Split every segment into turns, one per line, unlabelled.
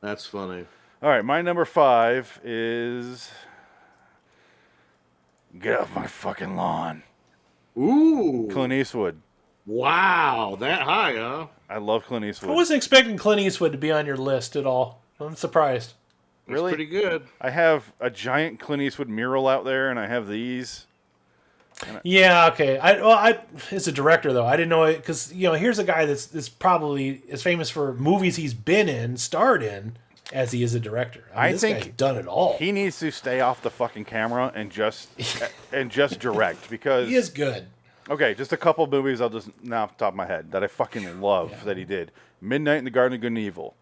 That's funny.
All right, my number five is get off my fucking lawn.
Ooh.
Clint Eastwood.
Wow. That high, huh?
I love Clint
I
Eastwood.
wasn't expecting Clint Eastwood to be on your list at all. I'm surprised.
That's
Really?
pretty good.
I have a giant Clint Eastwood mural out there, and I have these.
Yeah, okay. I well, I as a director though, I didn't know it because you know here's a guy that's that's probably as famous for movies he's been in, starred in, as he is a director. I, mean,
I
this
think
guy's done it all. He,
He needs to stay off the fucking camera and just and just direct because
is good.
Okay, just a couple movies I'll just now off the top of my head that I fucking love that he did. Midnight in the Garden of Good and Evil,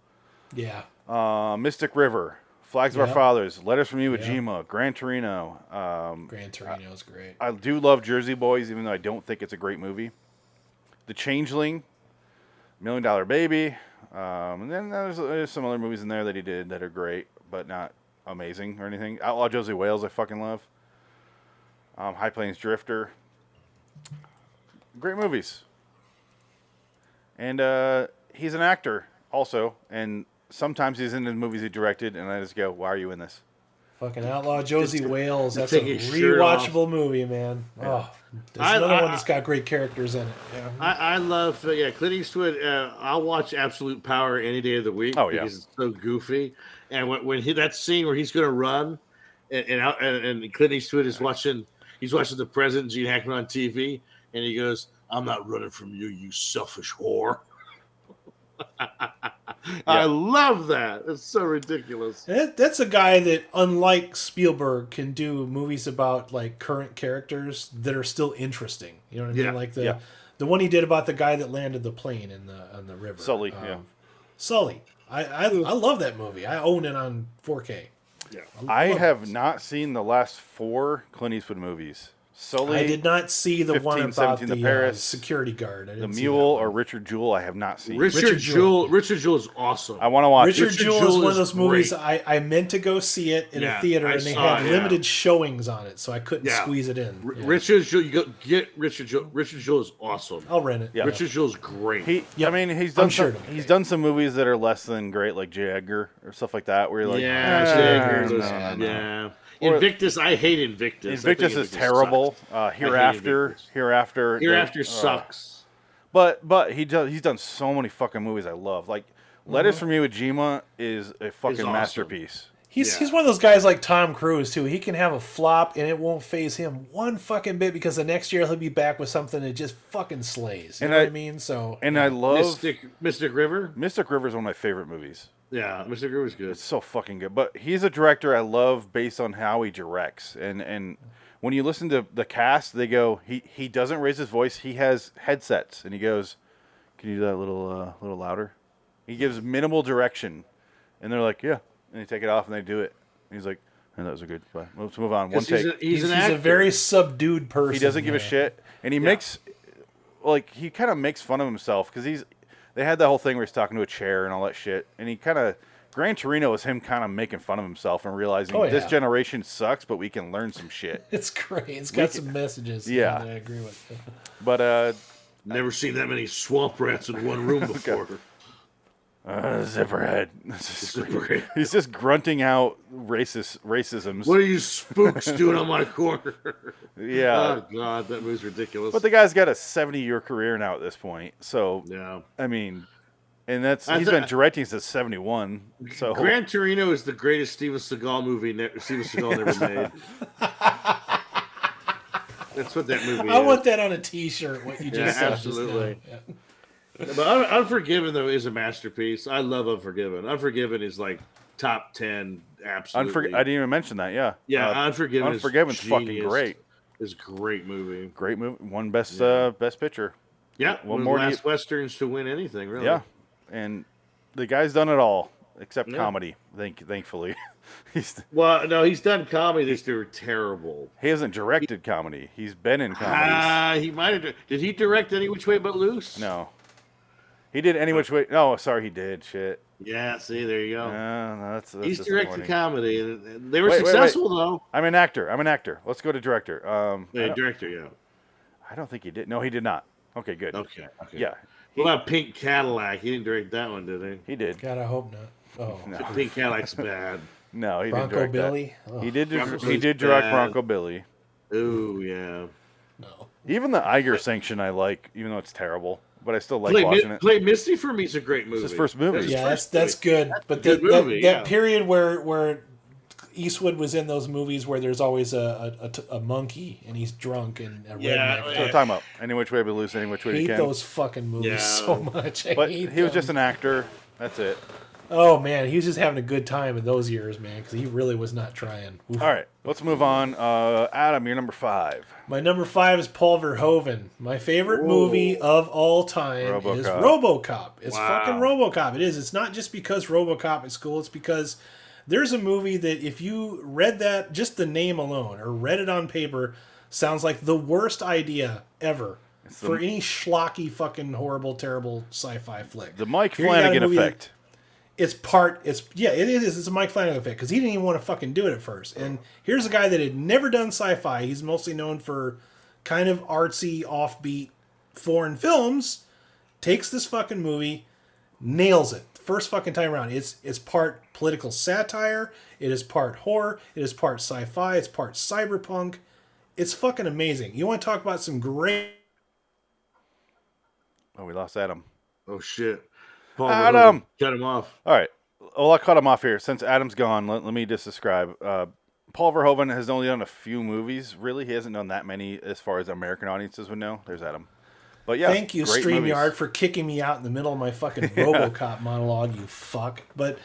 Yeah,
uh, Mystic River, Flags of
Yeah.
Our Fathers, Letters from Iwo
Yeah.
Jima, Gran Torino. Um,
Gran Torino is great.
I do love Jersey Boys, even though I don't think it's a great movie. The Changeling, Million Dollar Baby, um, and then there's, there's some other movies in there that he did that are great, but not amazing or anything. Outlaw Josie Wales, I fucking love. Um, High Plains Drifter, great movies. And uh, he's an actor also, and sometimes he's in the movies he directed, and I just go, "Why are you in this?"
Fucking Outlaw Josie Wales. That's a
take his shirt off.
rewatchable movie, man. Oh, there's
I-
another
I-
one that's got great characters in it. Yeah.
I, I love uh, yeah Clint Eastwood. Uh, I'll watch Absolute Power any day of the week.
Oh, yeah.
because it's so goofy. And when, when he that scene where he's going to run, and and, out- and and Clint Eastwood is watching, he's watching the president Gene Hackman on TV, and he goes, "I'm not running from you, you selfish whore." I love that. It's so ridiculous.
And That, that's a guy that, unlike Spielberg, can do movies about like current characters that are still interesting. You know what I mean?
Yeah,
Like the
yeah.
the one he did about the guy that landed the plane in the on the river. Um,
Sully, yeah.
Sully. I, I I love that movie. I own it on 4K.
I
love
have not seen the last four Clint Eastwood movies. Solely
I did not see the one
15,
about
17,
the,
the
uh,
Paris,
security guard. I
The
didn't see that
Mule
one.
or Richard Jewell, I have not seen.
Richard,
Richard Jewell.
Jewell. Richard Jewell is awesome.
I want to watch
Richard,
it.
Richard
Jewell is
Jewell
one of
is
those movies
great.
I, I meant to go see it in
Yeah,
a theater
I
and they
saw
had
it, yeah.
limited showings on it, so I couldn't
Yeah.
squeeze it in.
R-
Yeah.
Richard Jewell. You go get Richard Jewell. Richard Jewell is awesome.
I'll rent it.
Oh, Yeah.
Richard Jewell's great.
He,
Yeah,
I mean, he's done
I'm sure
some,
it'll be
he's
great.
done some movies that are less than great, like J. Edgar or stuff like that, where you're like,
yeah,
"Ah,
Jaggers
no,
was-
no, no."
yeah.
Or-
Invictus, I hate Invictus. I think
Invictus is terrible.
sucks.
Uh, hereafter,
Invictus.
hereafter,
Hereafter
uh,
sucks.
But but he does he's done so many fucking movies I love. Like
Mhm.
Letters from Iwo Jima is a fucking
awesome.
masterpiece.
He's
Yeah.
he's one of those guys like Tom Cruise too. He can have a flop and it won't phase him one fucking bit because the next year he'll be back with something that just fucking slays. You
And
know what
I-
I mean? So
And I love
Mystic, Mystic River.
Mystic River is one of my favorite movies.
Yeah, Mystic River's good.
It's so fucking good. But he's a director I love based on how he directs. And and when you listen to the cast, they go he he doesn't raise his voice. He has headsets and he goes, "Can you do that a little uh, little louder?" He gives minimal direction, and they're like, "Yeah," and they take it off and they do it. And he's like, "And that was a good. Bye. Let's move on. One
'Cause
take."
He's, a, he's,
he's,
an
he's
actor.
a very subdued person.
he doesn't give a
yeah.
shit, and he makes like he kind of makes fun of himself because he's they had that whole thing where he's talking to a chair and all that shit, and he kind of Gran Torino is him kind of making fun of himself and realizing
Oh,
this
yeah.
generation sucks, but we can learn some shit.
It's great. It's got some messages. in
Yeah.
it that I agree with.
But uh,
never seen that many swamp rats in one room before.
uh Zipperhead, It's just-
Zipperhead.
he's just grunting out racist racisms.
What are you spooks doing on my corner?
yeah,
oh God, that movie's ridiculous.
Uh, but the guy's got a seventy-year career now at this point, so
yeah.
I mean, and that's
I
he's
thi-
been directing since seventy-one. So
Gran Torino is the greatest Steven Seagal movie ne- Steven Seagal never made. That's what that movie
I
is.
want that on a T-shirt. What you
Yeah,
just said. just now.
absolutely.
Yeah.
But Un- Unforgiven though is a masterpiece. I love Unforgiven. Unforgiven is like top ten. Absolutely.
Unfor- I didn't even mention that. Yeah.
yeah,
Uh,
Unforgiven. is
Unforgiven's fucking
genius.
great.
It's a great movie.
Great movie. One best
Yeah.
uh, best picture.
Yeah,
What
one, of the
more do you-
last westerns to win anything. Really.
Yeah. And the guy's done it all except
Yeah.
comedy. Thank thankfully. He's
Well, no, he's done comedy. These two are terrible.
he hasn't directed comedy. He's been in comedies.
Ah, he might have. Did he direct any which way but loose?
no. He did any which way. No, sorry, he did. Shit.
Yeah. See, there you go.
Uh, no, that's, that's
Oh. he's directed
disappointing.
comedy. and- and They were
Wait, wait, wait.
successful though.
I'm an actor. I'm an actor. Let's go to director. Um, I,
Yeah,
don't,
director. Yeah.
I don't think he did. No, he did not. Okay, good.
Okay. Okay.
Yeah,
What about Pink Cadillac? He didn't direct that one, did he?
he did.
God, I hope not. Oh,
The pink Cadillac's bad.
No, he
Bronco
didn't direct
Billy? Oh,
that.
Ugh.
He did.
Oh. Bronco
dir- He
Billy's
did direct
bad.
Bronco Billy.
Oh yeah.
no.
Even the Iger sanction, I like, even though it's terrible, but I still like
Play,
watching
Mi-
it.
Play Misty for me is a great movie.
first movie.
That's his
Yeah, that's
first
that's
movie.
good. But
a
that
good movie,
that, that
yeah.
period where where Eastwood was in those movies where there's always a a, a, t- a monkey and he's drunk and a
Yeah,
redneck.
So
yeah.
time up. Any which way but loose, any which
I
way you
hate
can.
those fucking movies
Yeah.
so much. I
but
hate
he was
them.
just an actor. That's it.
Oh man, he was just having a good time in those years, man, because he really was not trying. Oof.
All right, let's move on. Uh, Adam, you're number five.
My number five is Paul Verhoeven. My favorite movie of all time is
RoboCop.
RoboCop. It's
Wow.
fucking RoboCop. It is. It's not just because RoboCop is cool. It's because there's a movie that if you read that just the name alone or read it on paper sounds like the worst idea ever for any schlocky fucking horrible terrible sci-fi flick.
The Mike
Here you got a
Flanagan
movie that-
effect.
it's part it's yeah it is it's a mike flanagan effect because he didn't even want to fucking do it at first and here's a guy that had never done sci-fi he's mostly known for kind of artsy offbeat foreign films takes this fucking movie nails it first fucking time around it's it's part political satire it is part horror it is part sci-fi it's part cyberpunk it's fucking amazing you want to talk about some great
Oh, we lost Adam.
Oh shit. Paul
Adam!
Verhoeven, cut him off.
All right. Well, I cut him off here. Since Adam's gone, let, let me just describe. Uh, Paul Verhoeven has only done a few movies. Really, he hasn't done that many as far as American audiences would know. There's Adam. But yeah,
Thank you,
great movies.
StreamYard, for kicking me out in the middle of my fucking Robocop monologue, you fuck. But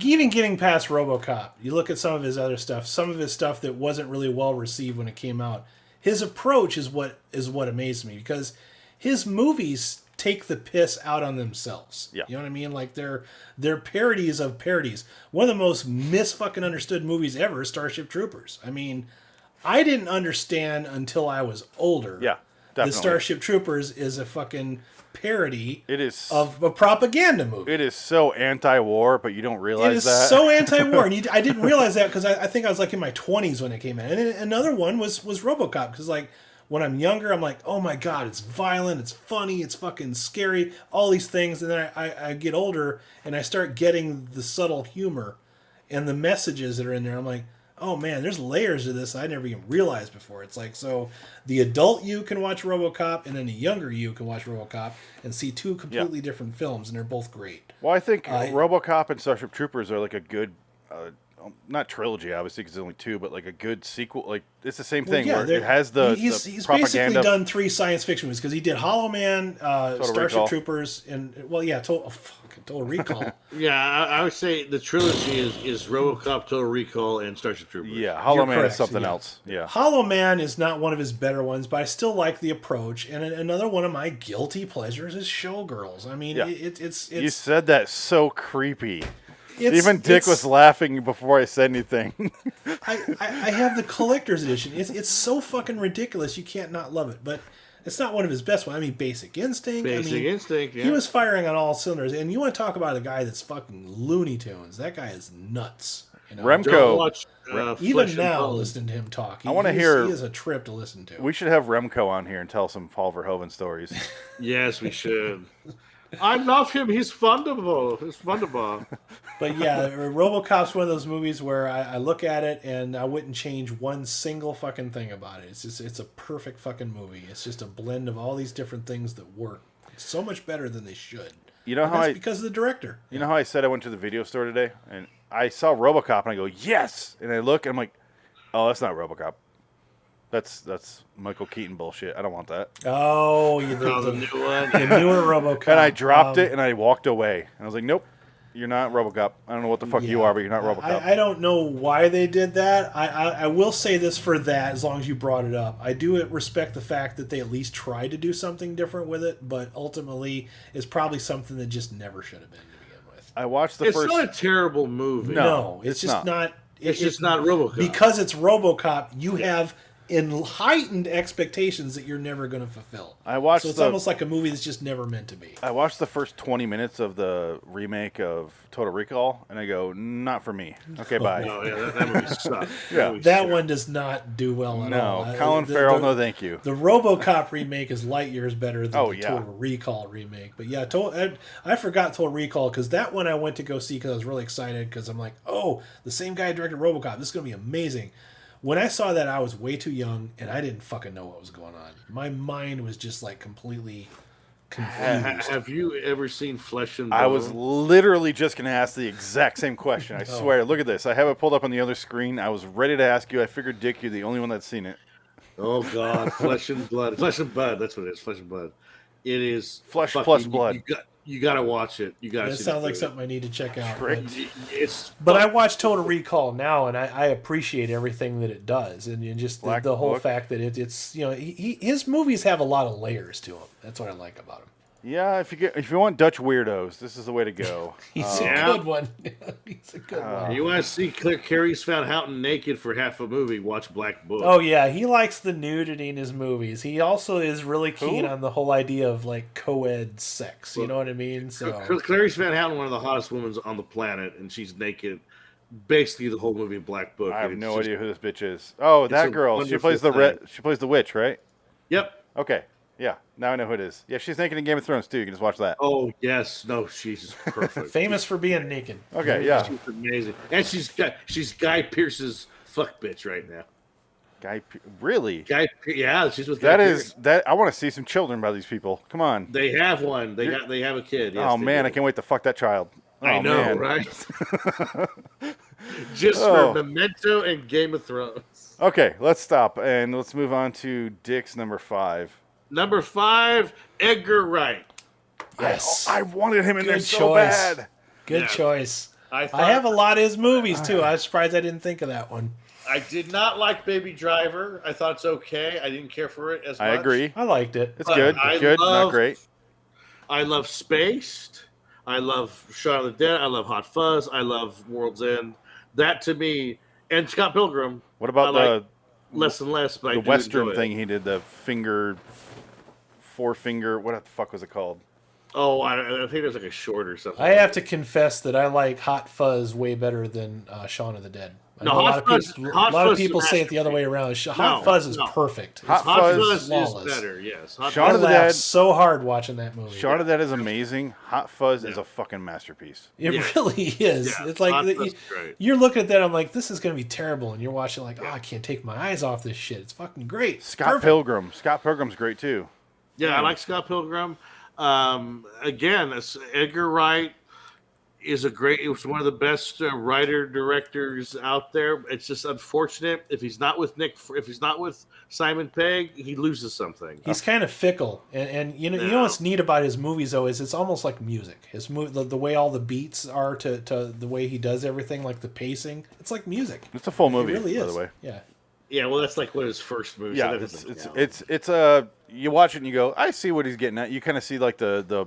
even getting past Robocop, you look at some of his other stuff, some of his stuff that wasn't really well received when it came out. His approach is what is what amazed me because his movies take the piss out on themselves.
Yeah.
You know what I mean? Like they're they're parodies of parodies. One of the most mis fucking understood movies ever is Starship Troopers. I mean, I didn't understand until I was older
Yeah, definitely.
the Starship Troopers is a fucking parody
It is.
of a propaganda movie.
it is so anti-war, but you don't
it
realize
is
that.
so anti-war, and you, I didn't realize that because I, I think I was like in my twenties when it came out. And then another one was was RoboCop because like when I'm younger, I'm like, oh my god, it's violent, it's funny, it's fucking scary, all these things. And then I, I, I get older and I start getting the subtle humor and the messages that are in there. I'm like, oh man, there's layers to this I never even realized before. It's like so the adult you can watch RoboCop, and then the younger you can watch RoboCop and see two completely different films, and they're both great.
Well, I think RoboCop and Starship Troopers are like a good, uh, um, not trilogy, obviously, because only two, but like a good sequel. Like it's the same thing where
they're-
it has the,
he's,
the
he's
propaganda.
basically done three science fiction movies because he did Hollow Man, uh,
Total
Starship
Recall.
Troopers, and well, yeah, total, oh, fuck, total Recall.
Yeah, I, I would say the trilogy is, is RoboCop, Total Recall, and Starship Troopers.
Yeah, Hollow
You're
Man
correct,
is something
yeah.
else. Yeah,
Hollow Man is not one of his better ones, but I still like the approach. And a- another one of my guilty pleasures is Showgirls. I mean,
Yeah.
it, it's
you
it's
said that so creepy.
it's
Even Dick
it's-
was laughing before I said anything.
I, I, I have the collector's edition. It's it's so fucking ridiculous. You can't not love it, but it's not one of his best ones. I mean, Basic Instinct.
Basic
I mean,
Instinct. Yeah.
He was firing on all cylinders, and you want to talk about a guy that's fucking Looney Tunes? That guy is nuts. You know?
Remco-
Don't watch, uh, Flesh
even
and
now,
Bone.
listening to him talk, he,
I wanna
he is-
hear-
He is a trip to listen to.
we should have Remco on here and tell some Paul Verhoeven stories.
Yes, we should. I love him. He's fundable. He's fundable.
but yeah, RoboCop's one of those movies where I, I look at it and I wouldn't change one single fucking thing about it. It's just it's a perfect fucking movie. It's just a blend of all these different things that work so much better than they should.
You know
And
how
that's
I,
because of the director.
you know how I said I went to the video store today and I saw RoboCop and I go yes, and I look and I'm like, oh, that's not RoBocop. That's that's Michael Keaton bullshit. I don't want that.
Oh, you
Oh, the
the,
new one.
the newer RoboCop.
And I dropped
Um,
it and I walked away. And I was like, nope, you're not RoboCop. I don't know what the fuck you
Yeah.
are, but you're not RoboCop.
Um, I, I don't know why they did that. I, I, I will say this for that, as long as you brought it up. I do respect the fact that they at least tried to do something different with it, but ultimately it's probably something that just never should have been to begin with.
I watched the
It's
first.
not a terrible movie.
No.
No, it's,
it's not.
just not. it-
it's just
it-
not RoboCop.
Because it's Robocop, you have in heightened expectations that you're never going to fulfill.
I watched
So it's
the-
almost like a movie that's just never meant to be.
I watched the first 20 minutes of the remake of Total Recall, and I go, not for me. Okay, bye.
No, Oh, yeah, that, that movie sucked.
Yeah.
movie
That
sucked.
one does not do well at
no,
all. I-
Colin
the-
Farrell,
the-
no thank you.
The RoboCop remake is light years better than
Oh,
the
yeah.
Total Recall remake. But yeah, Total, I, I forgot Total Recall because that one I went to go see because I was really excited because I'm like, oh, the same guy directed RoboCop. This is gonna be amazing. When I saw that, I was way too young and I didn't fucking know what was going on. My mind was just like completely
Ha-
confused.
Have you ever seen Flesh and Bone?
I was literally just going to ask the exact same question. I
Oh.
swear. Look at this. I have it pulled up on the other screen. I was ready to ask you. I figured, Dick, you're the only one that's seen it.
Oh God, Flesh and Blood, Flesh and Blood. That's what it is. Flesh and Blood. It is
Flesh
fucking-
plus
you-
blood.
You, got you got to watch it. You got to.
That sounds like something I need to check out.
Correct.
but-
It's
But I watch Total Recall now, and I, I appreciate everything that it does, and, and just the,
Black
the whole
Book.
fact that it, it's you know he, he, his movies have a lot of layers to them. That's what I like about him.
Yeah, if you get, if you want Dutch weirdos, this is the way to go. Uh,
He's a
Oh.
Yeah.
good one. He's a good one.
you want to see Claire Carey's found Houghton naked for half a movie? Watch Black Book.
Oh yeah, he likes the nudity in his movies. He also is really keen
Who?
on the whole idea of like co-ed sex. You know what I
Cla-
mean? So
Clarice Van Houten, one of the hottest women on the planet, and she's naked basically the whole movie of Black Book.
I have
and it's
no
just-
idea who this bitch is. Oh,
a
that girl. She
wonderful
plays the re-
thing.
she plays the witch, right?
Yep.
Okay. Yeah. Now I know who it is. Yeah, she's naked in Game of Thrones too. You can just watch that.
Oh yes. No, she's just perfect.
famous for being naked.
Okay. Yeah.
She's amazing, and she's got she's Guy Pierce's fuck bitch right now.
Guy. P- Really?
Guy, Pe- yeah, she's with
That
Guy
is
Pearce.
that. I want to see some children by these people. Come on.
They have one. They got. They have a kid. Yes,
oh
they
man,
do.
I can't wait to fuck that child. Oh,
I know,
man.
right? Just
Oh.
for Memento and Game of Thrones.
Okay, let's stop and let's move on to Dick's number five.
Number five, Edgar Wright.
Yes,
Oh, I wanted him in there
Good
so
choice.
bad.
good
Yeah.
choice.
I,
I have a lot of his movies too. I was surprised I didn't think of that one.
I did not like Baby Driver. I thought it's okay. I didn't care for it as much.
I agree.
I liked it.
It's
But
good.
I
It's good.
love-
Not great.
I love Spaced. I love Shaun of the Dead. I love Hot Fuzz. I love World's End. That to me, and Scott Pilgrim,
What about
I
the
like- less and less, but I
the
do enjoy
Western
it.
thing he did? The finger, four finger. What the fuck was it called?
Oh, I, I think there's like a short or something.
I have to confess that I like Hot Fuzz way better than uh, Shaun of the Dead. I
No,
know a lot
Hot
of
Fuzz-
people,
Hot
a lot of
Fuzz is
people say it the other way around. Sh- Hot
No,
Fuzz is
no.
perfect.
Hot
Hot
Fuzz-
Fuzz,
Flawless.
is better. Yes, Hot
Shaun
I
of the
Fuzz.
laughed
Dead-
so hard watching that movie.
Shaun of the Dead is amazing. Hot Fuzz is a fucking masterpiece.
it
Yeah.
really is.
Yeah,
It's like
Hot
the,
Fuzz
you,
is great.
you're looking at that. I'm like, this is going to be terrible, and you're watching like, oh, I can't take my eyes off this shit. It's fucking great. It's
Scott
perfect.
Pilgrim. Scott Pilgrim's great too.
Yeah, I like Scott Pilgrim. Um, again, it's- Edgar Wright is a great. It was one of the best uh, writer directors out there. It's just unfortunate if he's not with Nick. If he's not with Simon Pegg, he loses something.
He's
Oh.
kind of fickle, and, and you know you know
No.
what's neat about his movies though is it's almost like music. His move the, the way all the beats are to, to the way he does everything, like the pacing. It's like music.
It's a full
It
movie,
really is.
by the way.
Yeah.
yeah, well, that's like one of his first movies. so
Yeah,
that
it's
doesn't
it's,
count.
it's it's a you watch it and you go, I see what he's getting at. You kind of see like the the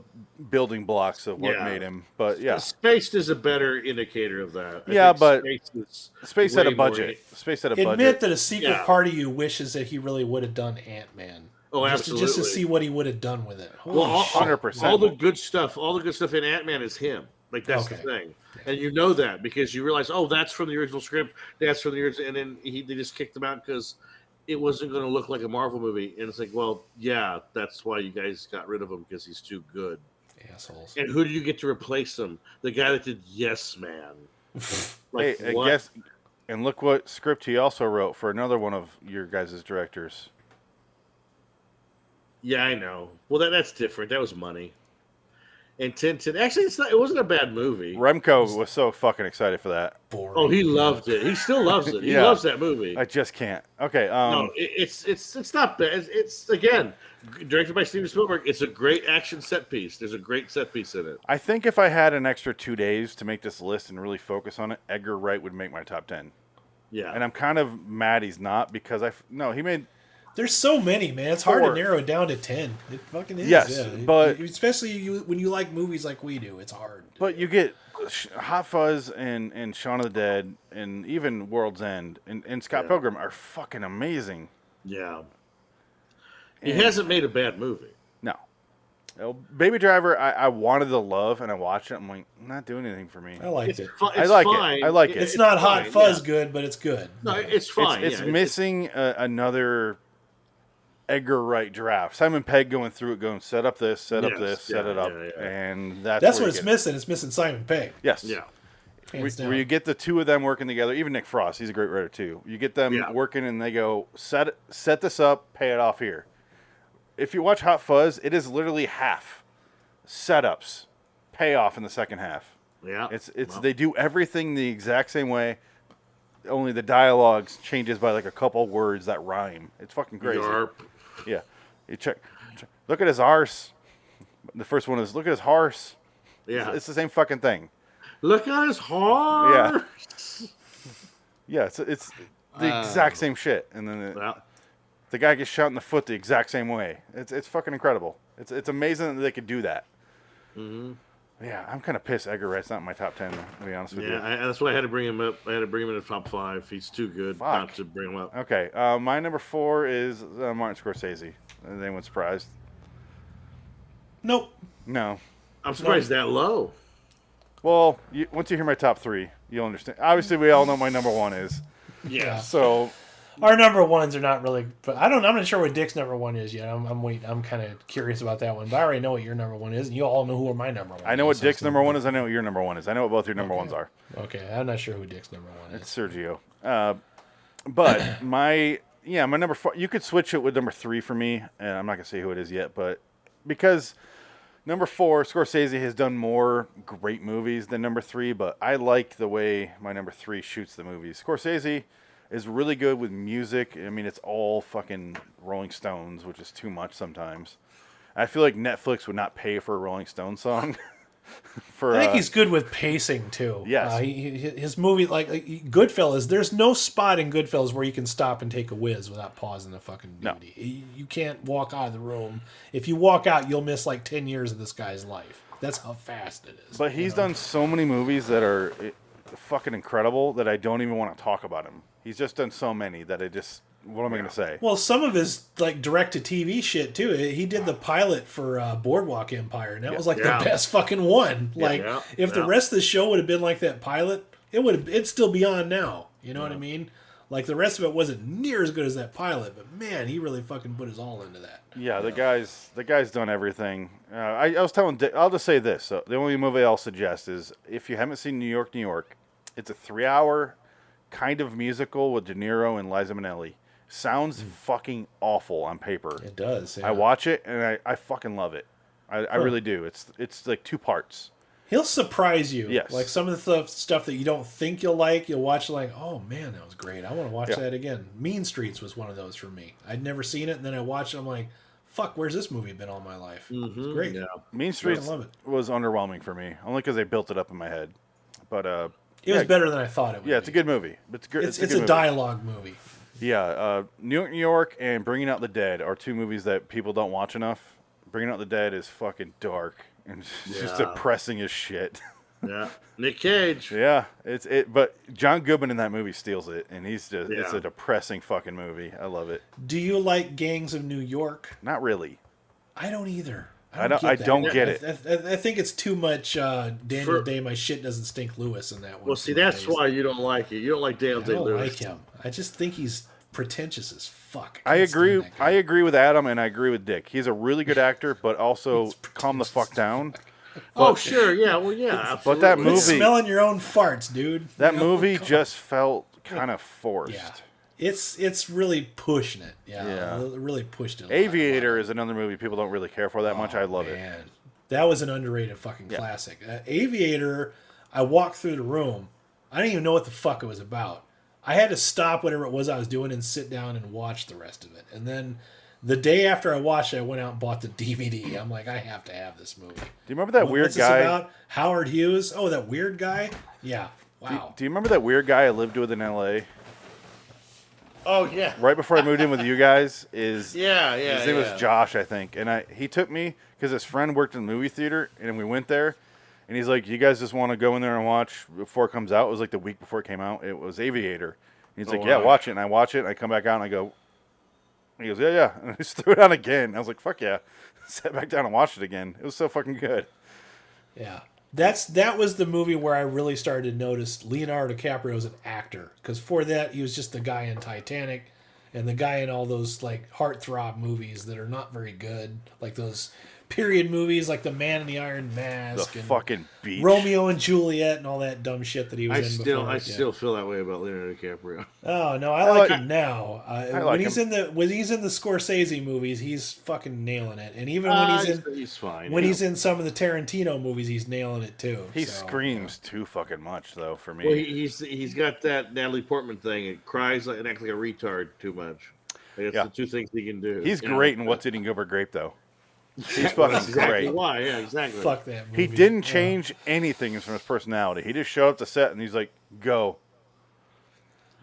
building blocks of what
Yeah.
made him. But yeah,
Spaced is a better indicator of that. I
Yeah,
think
but
Spaced is
space had
way
a
more- e-
budget. Space had a
Admit
budget.
that a secret
Yeah.
part of you wishes that he really would have done Ant Man.
Oh,
just, to- just to
absolutely.
see what he would have done with it. Holy
Well, all,
shit.
all-
100%.
all the good stuff, all the good stuff in Ant Man is him. Like that's the
Okay.
thing, and you know that because you realize, oh, that's from the original script, that's from the original, and then he, they just kicked him out because it wasn't going to look like a Marvel movie. And it's like, well, yeah, that's why you guys got rid of him because he's too good.
assholes.
And who do you get to replace him? The guy that did Yes Man. Like
hey,
what?
I guess, and look what script he also wrote for another one of your guys' directors.
Yeah, I know. Well, that that's different. That was money. And Tintin. Actually, it's not. It wasn't a bad movie.
Remco was so fucking excited for that.
Boring.
Oh, he loved it. He still loves it. He
Yeah.
loves that movie.
I just can't. Okay, um,
no, it, it's it's it's not bad. It's, it's again g- directed by Steven Spielberg. It's a great action set piece. There's a great set piece in it.
I think if I had an extra two days to make this list and really focus on it, Edgar Wright would make my top ten.
Yeah,
And I'm kind of mad he's not because I f- no he made
There's so many, man. It's hard
Four.
to narrow it down to ten. It fucking is.
Yes,
yeah.
but-
especially you, when you like movies like we do, it's hard.
but you get Sh- Hot Fuzz and and Shaun of the Dead and even World's End and, and Scott Pilgrim are fucking amazing.
Yeah. He hasn't made a bad movie.
No. Oh, Baby Driver, I, I wanted the love and I watched it. I'm like, not doing anything for me.
I liked
It's,
it.
fu- it's
I like it.
fine.
I like it.
It's, not hot
fine,
fuzz
yeah.
good, but it's good.
No, it's
It's,
fine.
it's
yeah.
missing a, another Edgar Wright draft. Simon Pegg going through it, going, set up this, set up
Yes,
this, set
yeah,
it up.
yeah, yeah.
And that's,
That's
where
what
you
it's
get-
missing. It's missing Simon Pegg.
Yes.
yeah.
Where,
Hands down.
where you get the two of them working together, even Nick Frost, he's a great writer too. You get them
Yeah.
working, and they go set set this up, pay it off here. If you watch Hot Fuzz, it is literally half setups, payoff in the second half.
Yeah.
It's it's
Well,
they do everything the exact same way, only the dialogues changes by like a couple words that rhyme. It's fucking crazy.
yarp.
Yeah, you check, check. Look at his arse. The first one is look at his horse.
Yeah.
It's the same fucking thing.
Look at his horn.
Yeah. Yeah, it's it's the
Uh.
exact same shit, and then the,
Well,
the guy gets shot in the foot the exact same way. It's it's fucking incredible. It's it's amazing that they could do that. Mm-hmm. Yeah, I'm kind of pissed. Edgar Wright's not in my top ten, to be honest with
yeah, I, that's why I had to bring him up. I had to bring him in the top five. He's too good not
Fuck.
to bring him up.
you. Okay, uh, my number four is uh, Martin Scorsese. Is anyone surprised?
nope.
No.
I'm surprised that low.
Well, you, once you hear my top three, you'll understand. Obviously, we all know my number one is.
Yeah.
So
Our number ones are not really. But I don't. I'm not sure what Dick's number one is yet. I'm, I'm waiting. I'm kind of curious about that one. But I already know what your number one is, and you all know who are my number one.
I know what
is, so
Dick's
it's
number one is. I know what your number one is. I know what both your number ones are.
not- Okay, I'm not sure who Dick's number one is.
It's Sergio. Uh, but my yeah, my number four. You could switch it with number three for me, and I'm not gonna say who it is yet, but because number four, Scorsese has done more great movies than number three. But I like the way my number three shoots the movies. Scorsese is really good with music. I mean, it's all fucking Rolling Stones, which is too much sometimes. I feel like Netflix would not pay for a Rolling Stone song. for
I think
uh,
he's good with pacing too.
Yes.
uh, he, he- his movie like like, Goodfellas. There's no spot in Goodfellas where you can stop and take a whiz without pausing the fucking
No.
DVD. You- You can't walk out of the room. If you walk out, you'll miss like ten years of this guy's life. That's how fast it is.
But he's done so many movies that are eh, fucking incredible that I don't even want to talk about him. He's just done so many that I just what am I going to say?
well, some of his like direct to TV shit too. He did the pilot for uh, Boardwalk Empire, and that was like
Yeah.
the best fucking one. Like
Yeah.
if the
Yeah.
rest of the show would have been like that pilot, it would have it'd still be on now. You know what I mean? Like the rest of it wasn't near as good as that pilot, but man, he really fucking put his all into that.
yeah, the guys the guys done everything. Uh, I, I was telling Dick, I'll just say this. So the only movie I'll suggest is if you haven't seen New York, New York, it's a 3-hour kind of musical with De Niro and Liza Minnelli. Sounds fucking awful on paper.
It does. Hmm. yeah.
I watch it and I, I fucking love it. I, I really do. It's it's like two parts.
He'll surprise you.
Yes.
Like some of the stuff, stuff that you don't think you'll like, you'll watch like, oh man, that was great. I want to watch
Yeah.
that again. Mean Streets was one of those for me. I'd never seen it, and then I watched it. I'm like, fuck, where's this movie been all my life? It's great.
Mm-hmm. Yeah.
Mean Streets
love it.
was underwhelming for me, only because they built it up in my head. But uh,
It was
yeah,
better than I thought it would.
Yeah, it's a
be.
good movie. It's good.
It's, it's, a,
good movie.
dialogue movie.
Yeah, uh, New York, New York, and Bringing Out the Dead are two movies that people don't watch enough. Bringing Out the Dead is fucking dark and it's just
Yeah.
depressing as shit.
Yeah. Nick Cage.
yeah, it's it. But John Goodman in that movie steals it, and he's just it's
Yeah.
a depressing fucking movie. I love it.
Do you like Gangs of New York?
Not really.
I don't either.
I don't- I
that.
don't get
I, I, I think it's too much uh, Daniel
For-
Day. My shit doesn't stink, Lewis. In that one.
Well,
for
see,
my
that's
taste.
why you don't like it. You don't like Dale
I
Day
don't
Lewis.
like him. I just think he's pretentious as fuck.
I
can't
agree.
stand that guy.
I agree with Adam, and I agree with Dick. He's a really good actor, but also calm the fuck down.
Oh, sure. Yeah. Well, yeah.
But that
absolutely.
movie-
Quit smelling your own farts, dude.
That
You know?
movie just felt kind of forced.
Yeah. It's it's really pushing it. Yeah.
Yeah.
It really pushed it. a lot.
Aviator is another movie people don't really care for that much. I love it.
Oh, Man, that was an underrated fucking classic. Uh, Aviator, I walked through the room. I didn't even know what the fuck it was about. I had to stop whatever it was I was doing and sit down and watch the rest of it. And then the day after I watched it, I went out and bought the DVD. I'm like, I have to have this movie.
Do you remember that weird
What's this
guy?
about? Howard Hughes. Oh, that weird guy? Yeah. Wow.
Do you remember that weird guy I lived with in LA?
Oh, yeah.
Right before I moved in with you guys, is
Yeah. Yeah.
his name
yeah.
was Josh, I think, and I he took me because his friend worked in the movie theater, and we went there, and he's like, "You guys just want to go in there and watch before it comes out." It was like the week before it came out. It was Aviator. And he's
Oh,
like, "Yeah,
wow.
watch it," and I watch it, and I come back out, and I go, He goes, yeah, yeah, and I just threw it on again. I was like, fuck yeah, sat back down and watched it again. It was so fucking good.
Yeah. That's that was the movie where I really started to notice Leonardo DiCaprio as an actor because for that he was just the guy in Titanic and the guy in all those like heartthrob movies that are not very good, like those period movies like The Man in the Iron
The
Mask and
fucking beach.
Romeo and Juliet and all that dumb shit that he was
I
in
still,
before.
I
yeah.
still feel that way about Leonardo DiCaprio.
Oh no, I, like,
like-
him now. Uh,
like
when he's
him.
in the when he's in the Scorsese movies, he's fucking nailing it. And even when
Uh,
he's in
fine.
when
yeah.
he's in some of the Tarantino movies, he's nailing it too.
He
so,
screams too fucking much though for me.
well, he, he's he's got that Natalie Portman thing. It cries like, and acts like a retard too much. Like, that's
Yeah.
the two things he can do.
he's
you know?
great in What's Eating Gilbert Grape though. He's
Well,
fucking
that's exactly
great.
why. Yeah, exactly.
Fuck that.
He
Movie.
didn't change anything from his personality. He just showed up to set and he's like, "Go."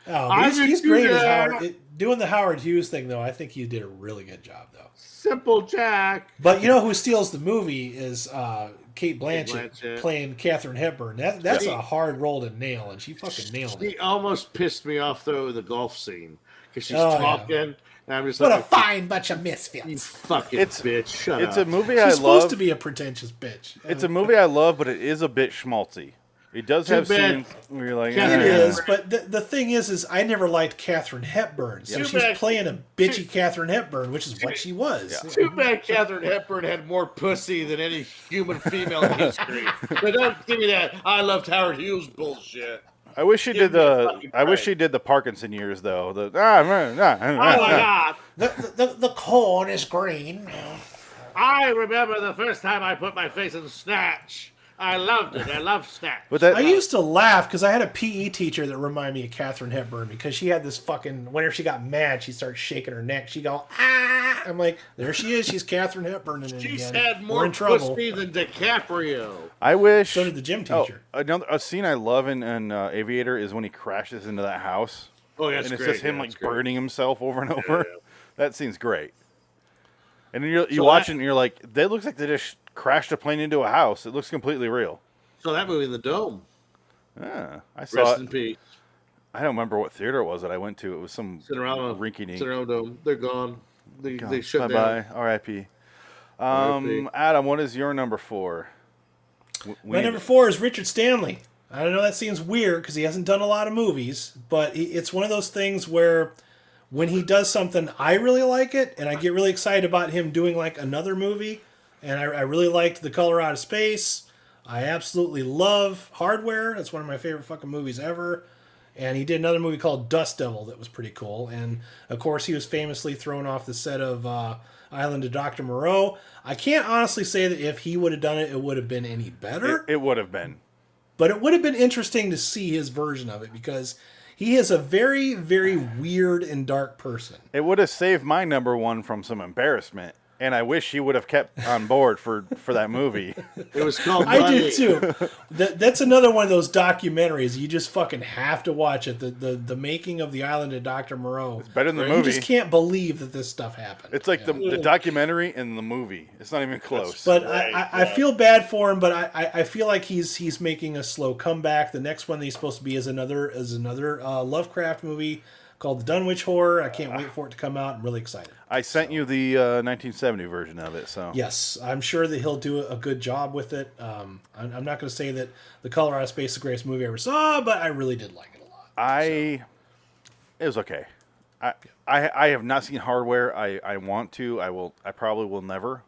Oh,
I
but he's,
didn't
he's
do
great as
that.
Howard. it- doing the Howard Hughes thing though, I think you did a really good job though.
Simple Jack.
But you know who steals the movie is uh, Kate Blanchett,
Blanchett.
playing Katherine Hepburn. That that's
Yeah.
a hard role to nail, and she fucking nailed it.
She almost pissed me off though in the golf scene because she's
Oh, yeah.
talking, and I'm just
What a
like,
fine bunch of
"You
misfits.
fucking
It's-
bitch, shut
It's a
up."
movie I
She's supposed
love.
to be a pretentious bitch.
It's a movie I love, but it is a bit schmaltzy. It does
Too
have
bad.
scenes where you're like,
Yeah,
It
"Eh."
is, but the, the thing is, is I never liked Katherine Hepburn, so
Too
she's
bad-
playing a bitchy
too-
Katherine Hepburn, which is what she was.
Too bad Katherine Hepburn had more pussy than any human female in history. But don't give me that. I loved Howard Hughes bullshit.
I wish she
Give
did
me a
the.
fucking
I wish
break.
she did the Parkinson years though. The ah, nah, nah, nah,
Oh my
nah.
god.
The, the, the corn is green.
I remember the first time I put my face in Snatch. I loved it. I love Snatch.
But that
I used to laugh because I had a PE teacher that reminded me of Katherine Hepburn because she had this fucking. Whenever she got mad, she started shaking her neck. She go ah. I'm like, there she is. She's Katherine Hepburn. In it
she's
again.
had
We're
more
in trouble.
pussy than DiCaprio.
I wish.
So did the gym
Oh,
teacher.
another a scene I love in, in uh, Aviator is when he crashes into that house,
Oh, that's
and it's
great.
just him
Yeah,
like
that's great.
burning himself over and over.
yeah.
That scene's great. And then you're, you
So
watch
that-
it and you're like, that looks like they just crashed a plane into a house. It looks completely real.
So that movie, The Dome.
Ah, I saw
Rest
it.
in peace.
I don't remember what theater it was that I went to. It was some
Cinerama.
rinky dink.
Cinerama Dome. They're gone. They, they shut
Bye
down.
bye. R.I.P. Um,
R.I.P..
Adam, what is your number four? W- we
My
need
number
it.
four is Richard Stanley. I know that seems weird because he hasn't done a lot of movies, but he- it's one of those things where when he does something, I really like it, and I get really excited about him doing like another movie. And I, I really liked The Color Out of Space. I absolutely love Hardware. That's one of my favorite fucking movies ever. And he did another movie called Dust Devil that was pretty cool. And of course, he was famously thrown off the set of uh, Island of Dr. Moreau. I can't honestly say that if he would have done it, it would have been any better
It, it would have been.
but it would have been interesting to see his version of it because he is a very very weird and dark person
It would have saved my number one from some embarrassment, and I wish he would have kept on board for for that movie.
It was called.
i
Money.
do too that, that's another one of those documentaries you just fucking have to watch it the the, the making of the island of dr moreau it's
Better than the
you
movie.
just can't believe that this stuff happened
It's like the,
Yeah.
the documentary and the movie. It's not even close.
but
Right,
I, I, I
yeah.
feel bad for him but I, I, I feel like he's he's making a slow comeback the next one that he's supposed to be is another is another uh, lovecraft movie called the dunwich horror i can't wait for it to come out i'm really excited
I sent you the uh, 1970 version of it, so
Yes, I'm sure that he'll do a good job with it. Um, I'm, I'm not going to say that the Colorado Space is the greatest movie I ever saw, but I really did like it a lot.
I it was okay. I, I I have not seen Hardware. I, I want to. I will. I probably will never.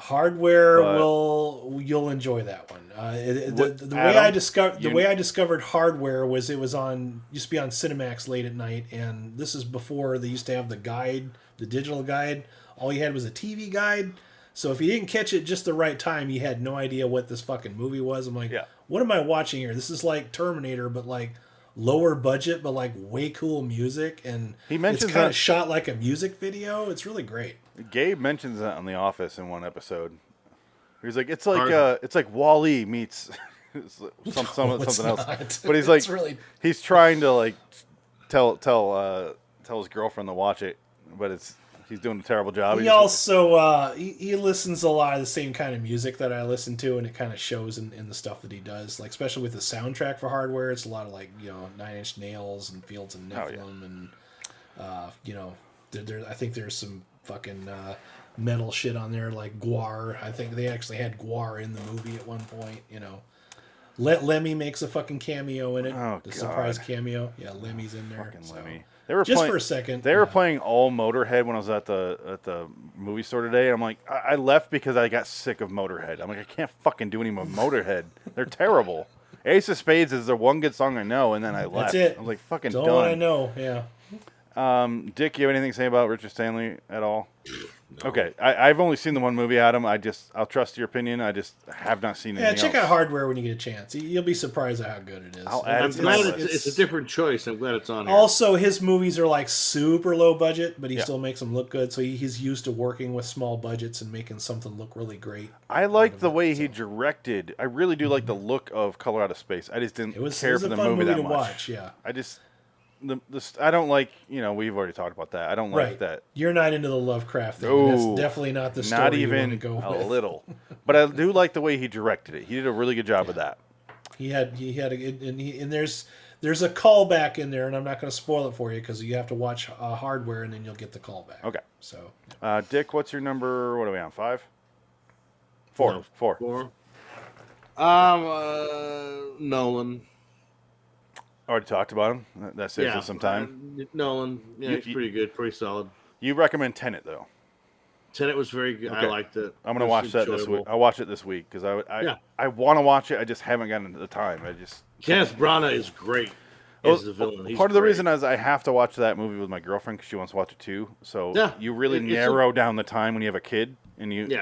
Hardware
But-
will you'll enjoy that one. Uh, it- it- the,
What-
the way
Adam,
I discovered the
you-
way I discovered Hardware was it was on used to be on Cinemax late at night, and this is before they used to have the guide, the digital guide. All you had was a TV guide. So if you didn't catch it just the right time, you had no idea what this fucking movie was. I'm like,
Yeah.
what am I watching here? This is like Terminator, but like lower budget, but like way cool music, and
He mentions
it's kind
that-
of shot like a music video. It's really great.
Gabe mentions that on The Office in one episode. He's like, it's like
Hard-
uh, it's like Wally meets some, some,
No, it's
something else.
not.
But he's like,
It's really-
he's trying to like tell tell uh, tell his girlfriend to watch it, but it's he's doing a terrible job.
he
He's-
also uh, he, he listens to a lot of the same kind of music that I listen to, and it kind of shows in, in the stuff that he does. Like especially with the soundtrack for Hardware, it's a lot of like you know Nine Inch Nails and Fields of
Oh, yeah.
Nephilim and uh, you know there, there, I think there's some fucking uh, metal shit on there, like Guar. I think they actually had Guar in the movie at one point. You know, Let Lemmy makes a fucking cameo in it.
Oh,
the
God.
surprise cameo. Yeah, Lemmy's in there.
Fucking
so.
Lemmy. They were
Just
playing,
for a second.
They were
yeah.
playing all Motorhead when I was at the at the movie store today. I'm like, I, I left because I got sick of Motorhead. I'm like, I can't fucking do any more Motorhead. They're terrible. Ace of Spades is the one good song I know, and then I left.
That's it.
I'm like, fucking
It's all I
done.
know. Yeah.
Um, Dick, you have anything to say about Richard Stanley at all? Okay, I, I've only seen the one movie, Adam. I just I'll trust your opinion. I just have not seen it.
Yeah, check out Hardware when you get a chance. You- You'll be surprised at how good it is.
I'll add
I'm
It's-
glad
it's-
it's, it's, a different choice. I'm glad it's on here.
Also, his movies are like super low budget, but he
Yeah.
still makes them look good. So he, he's used to working with small budgets and making something look really great.
I like the way he directed. I really do like the look of Color Out of Space. I just didn't
It was,
care
it was
for
a
the
fun
movie,
movie,
that
to
much.
watch. Yeah,
I just the, the st- I don't like you know we've already talked about that. I don't like
right.
that.
You're not into the Lovecraft thing.
No.
That's definitely not the story
Not
you
even
want to go
a
with.
little, but I do like the way he directed it. He did a really good job of that.
He had he had a, and he, and there's there's a callback in there, and I'm not going to spoil it for you because you have to watch uh, Hardware and then you'll get the callback.
Okay,
So
uh, Dick, what's your number? What are we on? Five, four,
No.
four.
Four. Um, uh, Nolan.
Already talked about him. That- That saves us some time.
uh, Nolan. Yeah,
You-
it's
you-
pretty good, pretty solid.
You recommend Tenet though.
Tenet was very good. I
Okay.
liked it.
I'm gonna
It was
watch that this week.
enjoyable.
I'll watch it this week because I would- I,
Yeah.
I want to watch it. I just haven't gotten the time. I just
Kenneth Branagh is great
Well,
as the villain. He's
Oh, part of the
great.
reason is I have to watch that movie with my girlfriend because she wants to watch it too. So
Yeah.
you really
It- it's a-
narrow down the time when you have a kid and you
yeah,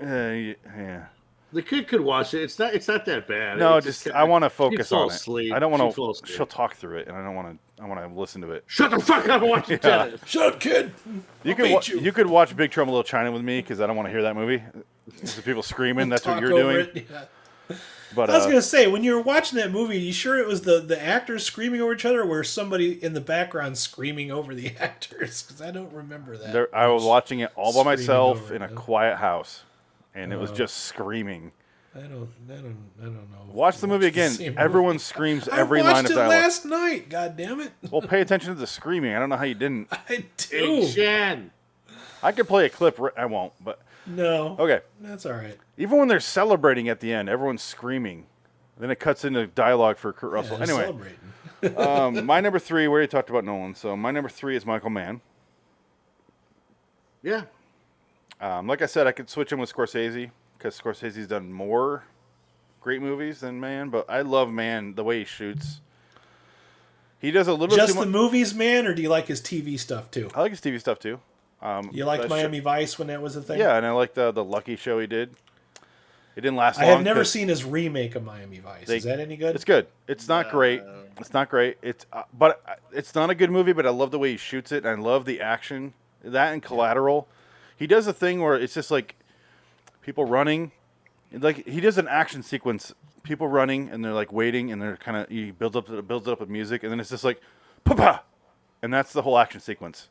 Uh, y- yeah.
the kid could watch it. It's not. It's not that bad.
No,
It's
just
kinda-
I want to
she'd
focus
fall
on
asleep.
it. I don't
She'd
want
fall
to.
asleep.
She'll talk through it, and I don't want to. I want to listen to it.
Shut the fuck up and watch the Tenet.
shut up, kid.
You
I'll
could
beat
wa-
you.
you could watch Big Trouble in Little China with me because I don't want to hear that movie. It's the people screaming. That's what
Talk
you're
over
doing.
it. Yeah.
But
I was
uh,
gonna say when you were watching that movie, you sure it was the the actors screaming over each other, or were somebody in the background screaming over the actors? Because I don't remember that.
there, I was watching it all by
Screaming
myself
over
in a
it, Uh, yeah.
quiet house, and it was just screaming.
I don't. I don't. I don't know.
Watch the movie again.
same movie.
Everyone screams every
I watched
line of
it
dialogue.
last night. God damn it!
Well, pay attention to the screaming. I don't know how you didn't.
I do.
Big Jen.
I could play a clip. ri- I won't. But
No.
okay.
That's all right.
Even when they're celebrating at the end, everyone's screaming. Then it cuts into dialogue for Kurt Russell.
I'm
anyway,
celebrating.
um, my number three. We already talked about Nolan, so my number three is Michael Mann.
Yeah,
Um, like I said, I could switch him with Scorsese because Scorsese's done more great movies than Mann. But I love Mann the way he shoots. He does a little
Just
too
the
much.
movies, man, or do you like his TV stuff too?
I like his TV stuff too. Um,
You liked
that sh-
Miami Vice when that was a thing.
Yeah, and I like the the Lucky show he did. It didn't last
I
long.
have never
'cause
seen his remake of Miami Vice.
They-
Is that any good?
It's good. It's not great. It's not great. It's uh, but uh, it's not a good movie. But I love the way he shoots it. And I love the action. That and Collateral. He does a thing where it's just like people running. Like he does an action sequence. People running and they're like waiting and they're kind of he builds up builds it up with music and then it's just like pa and that's the whole action sequence.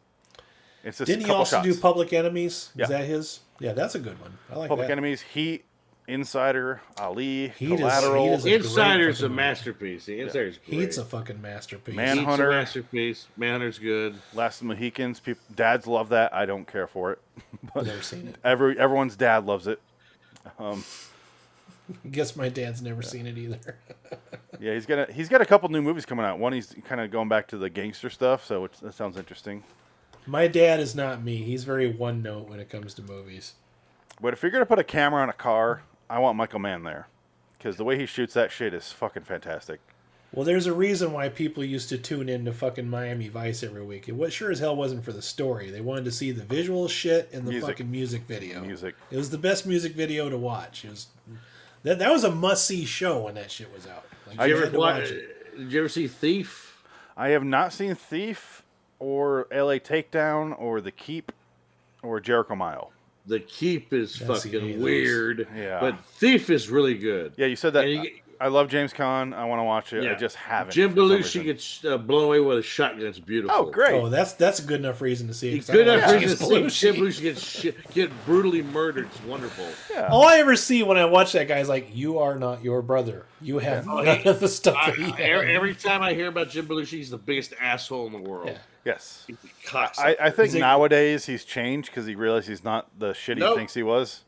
It's just
Didn't
a
he
couple
also
shots.
do Public Enemies?
Yeah.
Is that his? Yeah, that's a good one. I like
Public
that.
Enemies, Heat, Insider, Ali,
He does- he
Collateral.
does It's a great
Insider's a
fucking movie.
masterpiece. The Insider's great.
Heat's a fucking masterpiece.
Man-
Heat's
Manhunter.
a masterpiece. Manhunter's good.
Last of the Mohicans. People, dads love that. I don't care for it.
I've never seen it.
Every everyone's dad loves it. Um,
Guess my dad's never seen it either.
yeah, he's got a, he's got a couple new movies coming out. One he's kind of going back to the gangster stuff, so it's, that sounds interesting.
my dad is not me. He's very one note when it comes to movies.
But if you're gonna put a camera on a car, I want Michael Mann there because the way he shoots that shit is fucking fantastic.
Well, there's a reason why people used to tune in to fucking Miami Vice every week. It was sure as hell wasn't for the story. They wanted to see the visual shit and the
Music.
fucking music video.
Music.
It was the best music video to watch. It was that that was a must see show when that shit was out. Like,
Did
you
you,
had
ever
to
wa-
watch it.
did you ever see Thief?
I have not seen Thief or L.A. Takedown or The Keep or Jericho Mile.
The Keep is
Haven't seen any of
fucking
those.
weird.
Yeah.
But Thief is really good.
Yeah, you said that.
And you,
I love James Caan. I want to watch it. I
Yeah.
just haven't.
Jim
for some
Belushi
reason.
gets uh, blown away with a shotgun. It's beautiful.
Oh, great.
Oh, that's that's a good enough reason to see it.
It's
'cause I
good
don't
enough
like
reason to
James
see
Belushi.
Jim Belushi get shi- get brutally murdered. It's wonderful.
All I ever see when I watch that guy is like, "You are not your brother. You have
Oh,
none
he-
of the stuff."
I,
that you
I-
have."
every, every time I hear about Jim Belushi, he's the biggest asshole in the world.
Yeah.
Yes.
He's a cocksucker.
I, I think
Is it-
nowadays he's changed because he realized he's not the shit he
Nope.
thinks he was.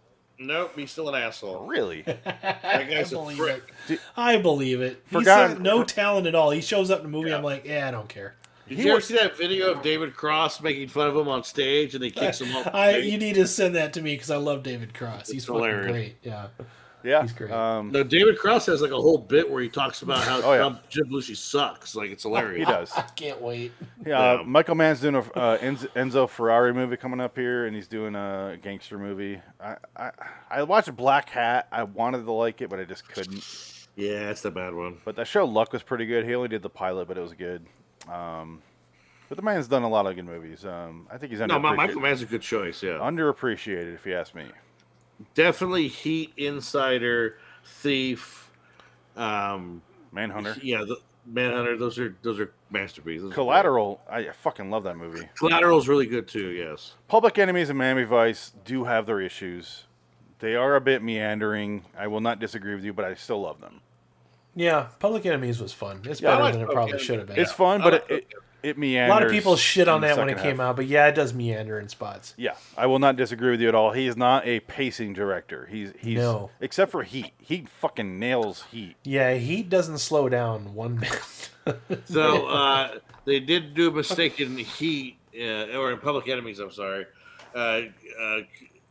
nope, he's still an asshole.
Really?
That guy's
I
a
believe
prick.
I believe it. He's
Forgotten-
got no talent at all. He shows up in a movie.
Yeah.
I'm like, yeah, I don't care.
Did
He
you ever
was-
see that video of David Cross making fun of him on stage and they kicks him off? the
I
stage?
you need to send that to me because I love David Cross. He's fucking
hilarious.
great. Yeah,
yeah.
He's great.
Um,
No, David Cross has like a whole bit where he talks about how
Oh, yeah. Oh,
Trump- Jim Belushi sucks. Like it's
he
hilarious.
does.
I can't wait.
Yeah,
Yeah.
Michael Mann's doing a uh, Enzo, Enzo Ferrari movie coming up here, and he's doing a gangster movie. I, I I watched Black Hat. I wanted to like it, but I just couldn't.
Yeah, that's the bad one.
But that show Luck was pretty good. He only did the pilot, but it was good. Um, but the man's done a lot of good movies. Um, I think he's underappreciated.
No, my, Michael Mann's a good choice. Yeah,
underappreciated, if you ask me.
definitely Heat, Insider, Thief. Um,
Manhunter,
yeah, the, Manhunter. Those are those are masterpieces. Those are
Collateral. I fucking love that movie.
great. Collateral's really good too. Yes.
Public Enemies and Miami Vice do have their issues. They are a bit meandering. I will not disagree with you, but I still love them.
Yeah, Public Enemies was fun. It's
Yeah, I
better
like
than it
Public
probably
Enemies.
should have been.
It's fun,
I
but
like
it, it, it
a
meanders.
lot of people shit on
in the
that when it
second
came
half.
out, but yeah, it does meander in spots.
Yeah, I will not disagree with you at all. He is not a pacing director. He's he's
No.
except for Heat. He fucking nails Heat.
Yeah, he doesn't slow down one bit.
So uh, they did do a mistake in Heat uh, or in Public Enemies. I'm sorry. Uh, uh,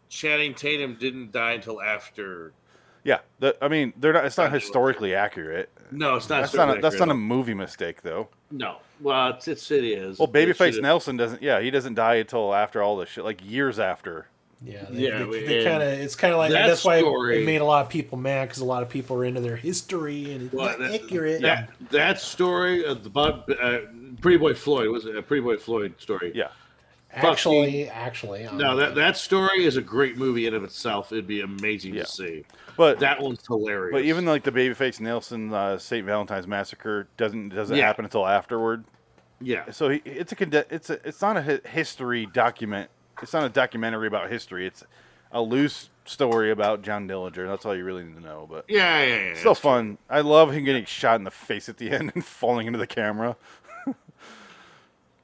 Channing Tatum didn't die until after.
Yeah, the, I mean, they're not. It's not
Not really.
historically accurate.
No, it's not.
That's not. A, that's
accurate.
not a movie mistake though.
No. Well, it's, it's it is.
Well,
They
Babyface
should've-
Nelson doesn't. Yeah, he doesn't die until after all this shit, like years after.
yeah, they,
Yeah,
they,
we-
kind of. It's kind of like
that
that's why
story-
it made a lot of people mad because a lot of people are into their history and it's
Well,
not
that-
accurate.
That, that story of the Bob, uh, Pretty Boy Floyd was it a Pretty Boy Floyd story.
Yeah,
actually, actually, um,
No, that that story is a great movie in of itself. It'd be amazing
Yeah.
to see.
but
That one's hilarious.
But even like the babyface Nelson uh, St. Valentine's massacre doesn't doesn't
Yeah.
happen until afterward.
yeah,
So he, it's a conde- it's a it's not a hi- history document. It's not a documentary about history. It's a loose story about John Dillinger. That's all you really need to know. But
yeah, yeah, yeah.
still fun. I love him getting shot in the face at the end and falling into the camera.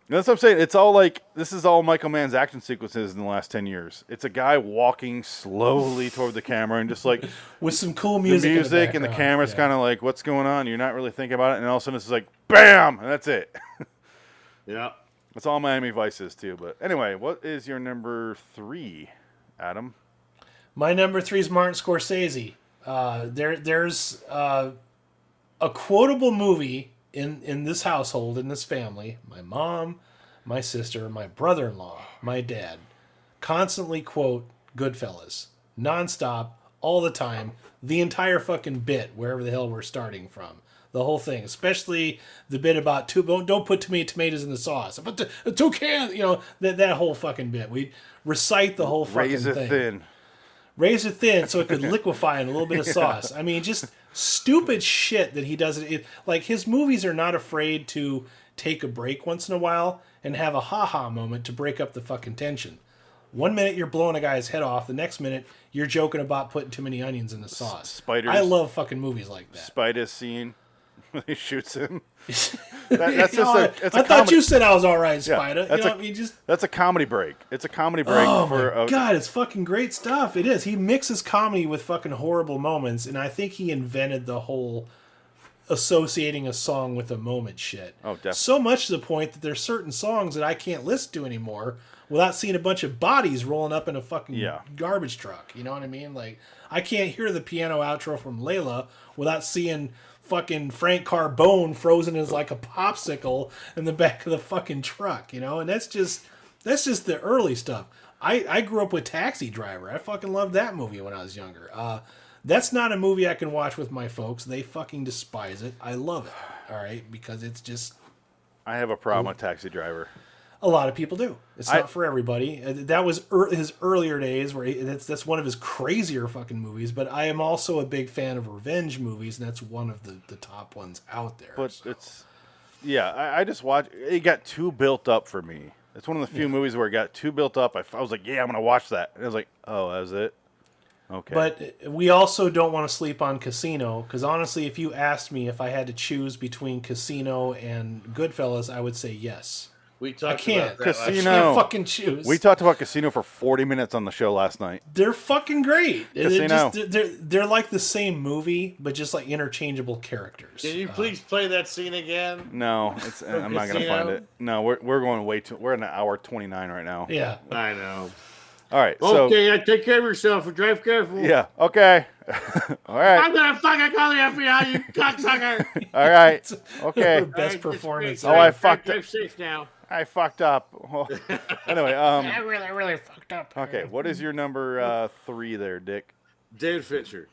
That's what I'm saying. It's all like this is all Michael Mann's action sequences in the last ten years. It's a guy walking slowly toward the camera and just like
with some cool
the
music,
music,
in
and the
background.
camera's
Yeah.
kind of like, what's going on? You're not really thinking about it, and all of a sudden it's just like, bam, and that's it.
yeah.
that's all Miami Vice is too. But anyway, what is your number three, Adam?
My number three is Martin Scorsese. Uh, there, there's uh, a quotable movie in in this household, in this family. My mom, my sister, my brother-in-law, my dad, constantly quote Goodfellas, nonstop, all the time, the entire fucking bit, wherever the hell we're starting from. The whole thing, especially the bit about two don't, don't put too many tomatoes in the sauce. But the, two cans, you know that that whole fucking bit. We recite the whole fucking
Razor
thing
thin.
razor thin so it could liquefy in a little bit of sauce. I mean, just stupid shit that he does. It, it like his movies are not afraid to take a break once in a while and have a ha ha moment to break up the fucking tension. One minute you're blowing a guy's head off, the next minute you're joking about putting too many onions in the sauce.
spiders.
I love fucking movies like that.
Spider scene. he shoots him. That- that's just
You know,
a,
Oh, I-
it's
I
a
thought
comedy,
you said I was all right, Spider. you
that's
know,
a-
I mean, just
That's a comedy break. It's a comedy break
Oh
for
my
a,
god, it's fucking great stuff. It is. He mixes comedy with fucking horrible moments, and I think he invented the whole associating a song with a moment shit.
Oh, definitely.
So much to the point that there's certain songs that I can't listen to anymore without seeing a bunch of bodies rolling up in a fucking
Yeah.
garbage truck. You know what I mean? Like I can't hear the piano outro from Layla without seeing fucking Frank Carbone frozen as like a popsicle in the back of the fucking truck, you know? And that's just that's just the early stuff. I, I grew up with Taxi Driver. I fucking loved that movie when I was younger. Uh, that's not a movie I can watch with my folks. They fucking despise it. I love it. All right, because it's just
I have a problem with Taxi Driver.
a lot of people do. It's
I-
not for everybody. Uh, That was ear his earlier days where he, that's that's one of his crazier fucking movies. But I am also a big fan of revenge movies, and that's one of the, the top ones out there.
But
so.
it's yeah, I, I just watched. It got too built up for me. It's one of the few movies where it got too built up. I, f- I was like, yeah, I'm gonna watch that. And I was like, oh, that was it. Okay,
But uh, we also don't want to sleep on Casino because honestly, if you asked me if I had to choose between Casino and Goodfellas, I would say yes.
We talked
can't.
about that. last-
I
Casino-
can't fucking choose.
we talked about Casino for 40 minutes on the show last night.
they're fucking great. They're,
Casino.
just, they're they're like the same movie, but just like interchangeable characters.
Can you
Uh,
please play that scene again?
No, it's, I'm not gonna find
Casino?
it. No, we're, we're going way too. We're in an hour 29 right now.
yeah.
I know.
All right, so
Okay, yeah, take care of yourself and drive careful.
yeah, okay, all right,
I'm gonna fucking call the FBI, you cocksucker.
all right,
The
okay.
best
Alright,
performance.
just wait.
Oh, I
Drive-
fucked
drive
up.
safe now.
I fucked up. Well, anyway, um,
I really, really fucked up.
okay, what is your number uh, three there, Dick?
David Fincher.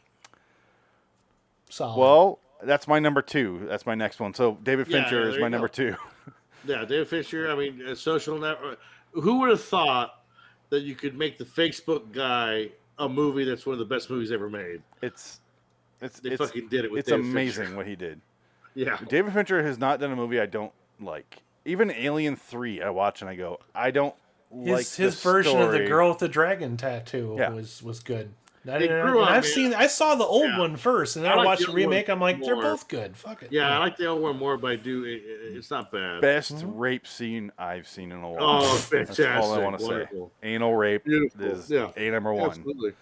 Solid.
Well, that's my number two. That's my next one. So David
Yeah,
Fincher
yeah,
is
there
my
you
number
go.
two.
Yeah, David Fincher. I mean, uh, social network. Who would have thought that you could make the Facebook guy a movie that's one of the best movies ever made?
It's it's
They
it's,
fucking did it with
it's
David
amazing
Fincher.
what he did.
Yeah,
David Fincher has not done a movie I don't like. Even Alien Three, I watch and I go, I don't
his
like
his
this
version of the
story.
girl with the dragon tattoo
Yeah.
was was good. I
It
didn't,
grew
and
on
I've
me.
seen. I saw the old
Yeah.
one first, and then
I
I,
like
watched
the
the
old one
remake. I'm like, they're
more.
both good. Fuck it.
yeah. I like the old one more, but I do. It, it- it's not bad.
Best
Hmm?
rape scene I've seen in a while.
Oh,
That's all I
fantastic.
want to say.
Wonderful.
Anal rape
Beautiful.
is
Yeah.
a number one.
Absolutely.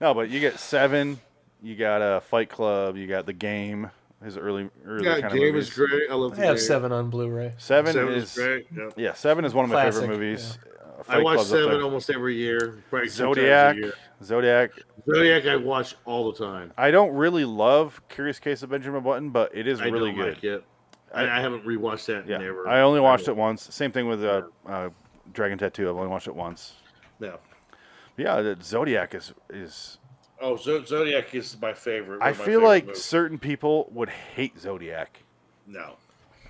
No, but you get seven. You got a uh, Fight Club. You got the game. His early early
Yeah,
kind of
game
movies.
is great. I love.
I
The
have
game.
seven on Blu-ray.
Seven,
Seven
is
is great. yeah.
Yeah, Seven is one of my
Classic,
favorite movies. Uh,
I
Fight
watch
Club's up
Seven
there.
almost every year. Probably two times a
Zodiac,
year.
Zodiac.
Zodiac, I watch all the time.
I don't really love Curious Case of Benjamin Button, but it is
I
really
don't
good.
like it. I, I haven't rewatched that.
Yeah,
in ever.
I only watched it once. Same thing with uh, uh, Dragon Tattoo. I've only watched it once.
Yeah.
But yeah, the Zodiac is is.
Oh, Z- Zodiac is my favorite. one
I
of my
feel
favorite
like
movies.
certain people would hate Zodiac,
no.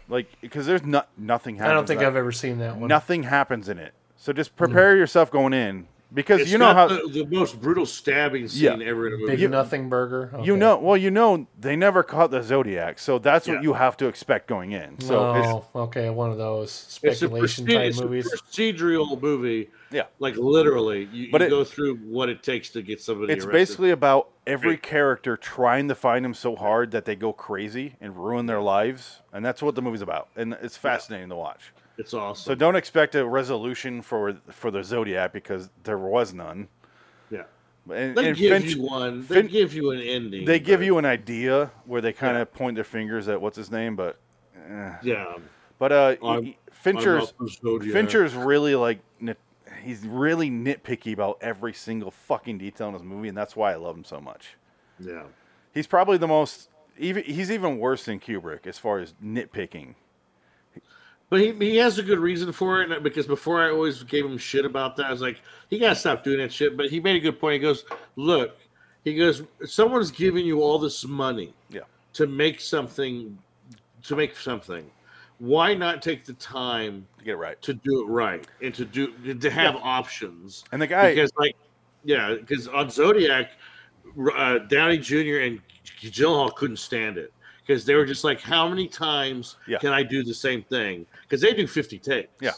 like because there's not nothing. Happens
I don't think
in
I've ever seen that one.
Nothing happens in it, so just prepare yourself going in because
It's
you know
got
how
the, the most brutal stabbing
Yeah.
scene ever in a movie.
Big nothing burger.
You
Okay.
know, well, you know, they never caught the Zodiac, so that's
Yeah.
what you have to expect going in. So, it's,
oh, okay, one of those
It's a,
speculation
proced-
type
it's a
movies.
procedural movie.
Yeah.
Like literally, you,
But
you
it-
go through what it takes to get somebody.
it's
arrested.
basically about every character trying to find him so hard that they go crazy and ruin their lives, and that's what the movie's about, and it's fascinating to watch.
it's
So
awesome.
don't expect a resolution for for the Zodiac because there was none.
yeah.
And,
They
and
give
Finch-
you one. They
Fin-
give you an ending.
they give
but-
you an idea where they kind of point their fingers at what's his name, but eh.
Yeah.
but uh,
I'm-
he- Fincher's
I love Zodiac.
Fincher's really like nit- he's really nitpicky about every single fucking detail in his movie, and that's why I love him so much.
Yeah.
He's probably the most even he's even worse than Kubrick as far as nitpicking.
But he, he has a good reason for it and- because before I always gave him shit about that. I was like, he got to stop doing that shit. But he made a good point. He goes, Look, he goes, someone's giving you all this money
Yeah.
to make something, to make something. Why not take the time
You get it right.
to do it right and to do to have options?
And the guy
because like yeah because on zodiac uh, downey jr and Gyllenhaal couldn't stand it because they were just like how many times
Yeah.
can i do the same thing because they do 50 takes
Yeah.